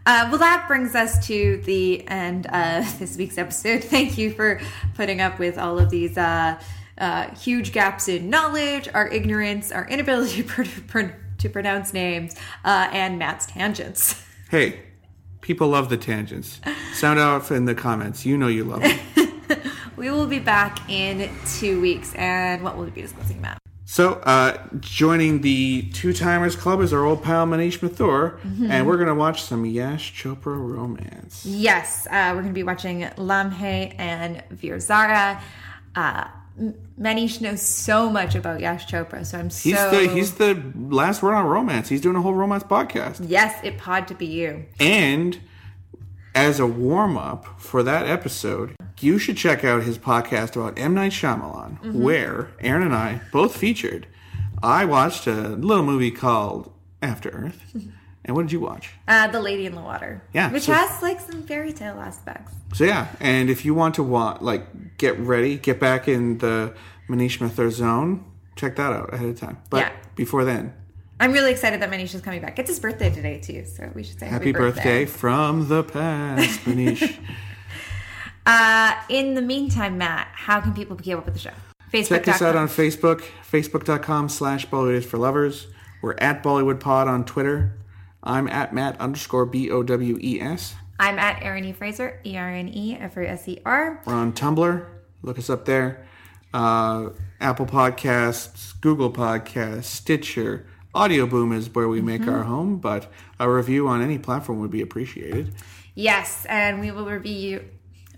Uh, well, that brings us to the end of [laughs] this week's episode. Thank you for putting up with all of these uh, uh, huge gaps in knowledge, our ignorance, our inability [laughs] to, pr- pr- to pronounce names, uh, and Matt's tangents. [laughs] Hey, people love the tangents. Sound off in the comments. You know you love [laughs] them. We will be back in two weeks, and what will we be discussing, Matt? so, uh, joining the Two Timers Club is our old pal Manish Mathur, Mm-hmm. and we're gonna watch some Yash Chopra romance. Yes, uh, we're going to be watching Lamhe and Veer Zara. Uh, M- Manish knows so much about Yash Chopra, so I'm He's so the he's the last word on romance. He's doing a whole romance podcast. yes, it pod to be you. And as a warm up for that episode, you should check out his podcast about M. Night Shyamalan, where Aaron and I both featured. I watched a little movie called After [laughs] Earth. and what did you watch? Uh, the Lady in the Water, Yeah, which so- has like some fairy tale aspects. So yeah, and if you want to want like get ready, get back in the Manish Mathur zone, check that out ahead of time. But Yeah. before then, I'm really excited that Manish is coming back. It's his birthday today too, so we should say happy, birthday from the past, [laughs] Manish. Uh, in the meantime, Matt, how can people keep up with the show? Facebook. Check us out on Facebook, facebook.com slash Bollywood is for lovers. We're at Bollywood Pod on Twitter. I'm at Matt underscore B O W E S. I'm at Erin E. Fraser, E R N E F R S E R. We're on Tumblr. Look us up there. Uh, Apple Podcasts, Google Podcasts, Stitcher. Audio Boom is where we make our home, but a review on any platform would be appreciated. Yes, and we will review.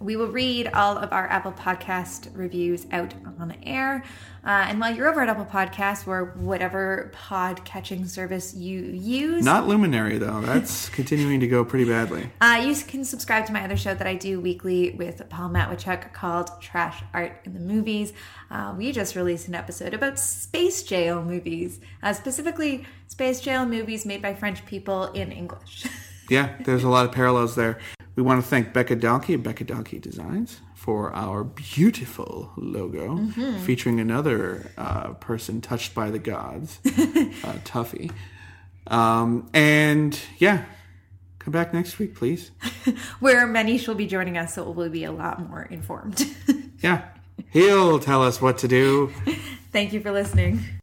We will read all of our Apple Podcast reviews out on air. Uh, and while you're over at Apple Podcasts or whatever pod catching service you use, Not Luminary, though. That's continuing to go pretty badly. uh, you can subscribe to my other show that I do weekly with Paul Matwichuk called Trash Art in the Movies. Uh, we just released an episode about space jail movies, uh, specifically space jail movies made by French people in English. [laughs] Yeah, there's a lot of parallels there. We want to thank Becca Donkey of Becca Donkey Designs for our beautiful logo featuring another uh, person touched by the gods, uh, Tuffy. Um, and yeah, come back next week, please. Where Manish will be joining us, so we'll be a lot more informed. [laughs] Yeah, he'll tell us what to do. Thank you for listening.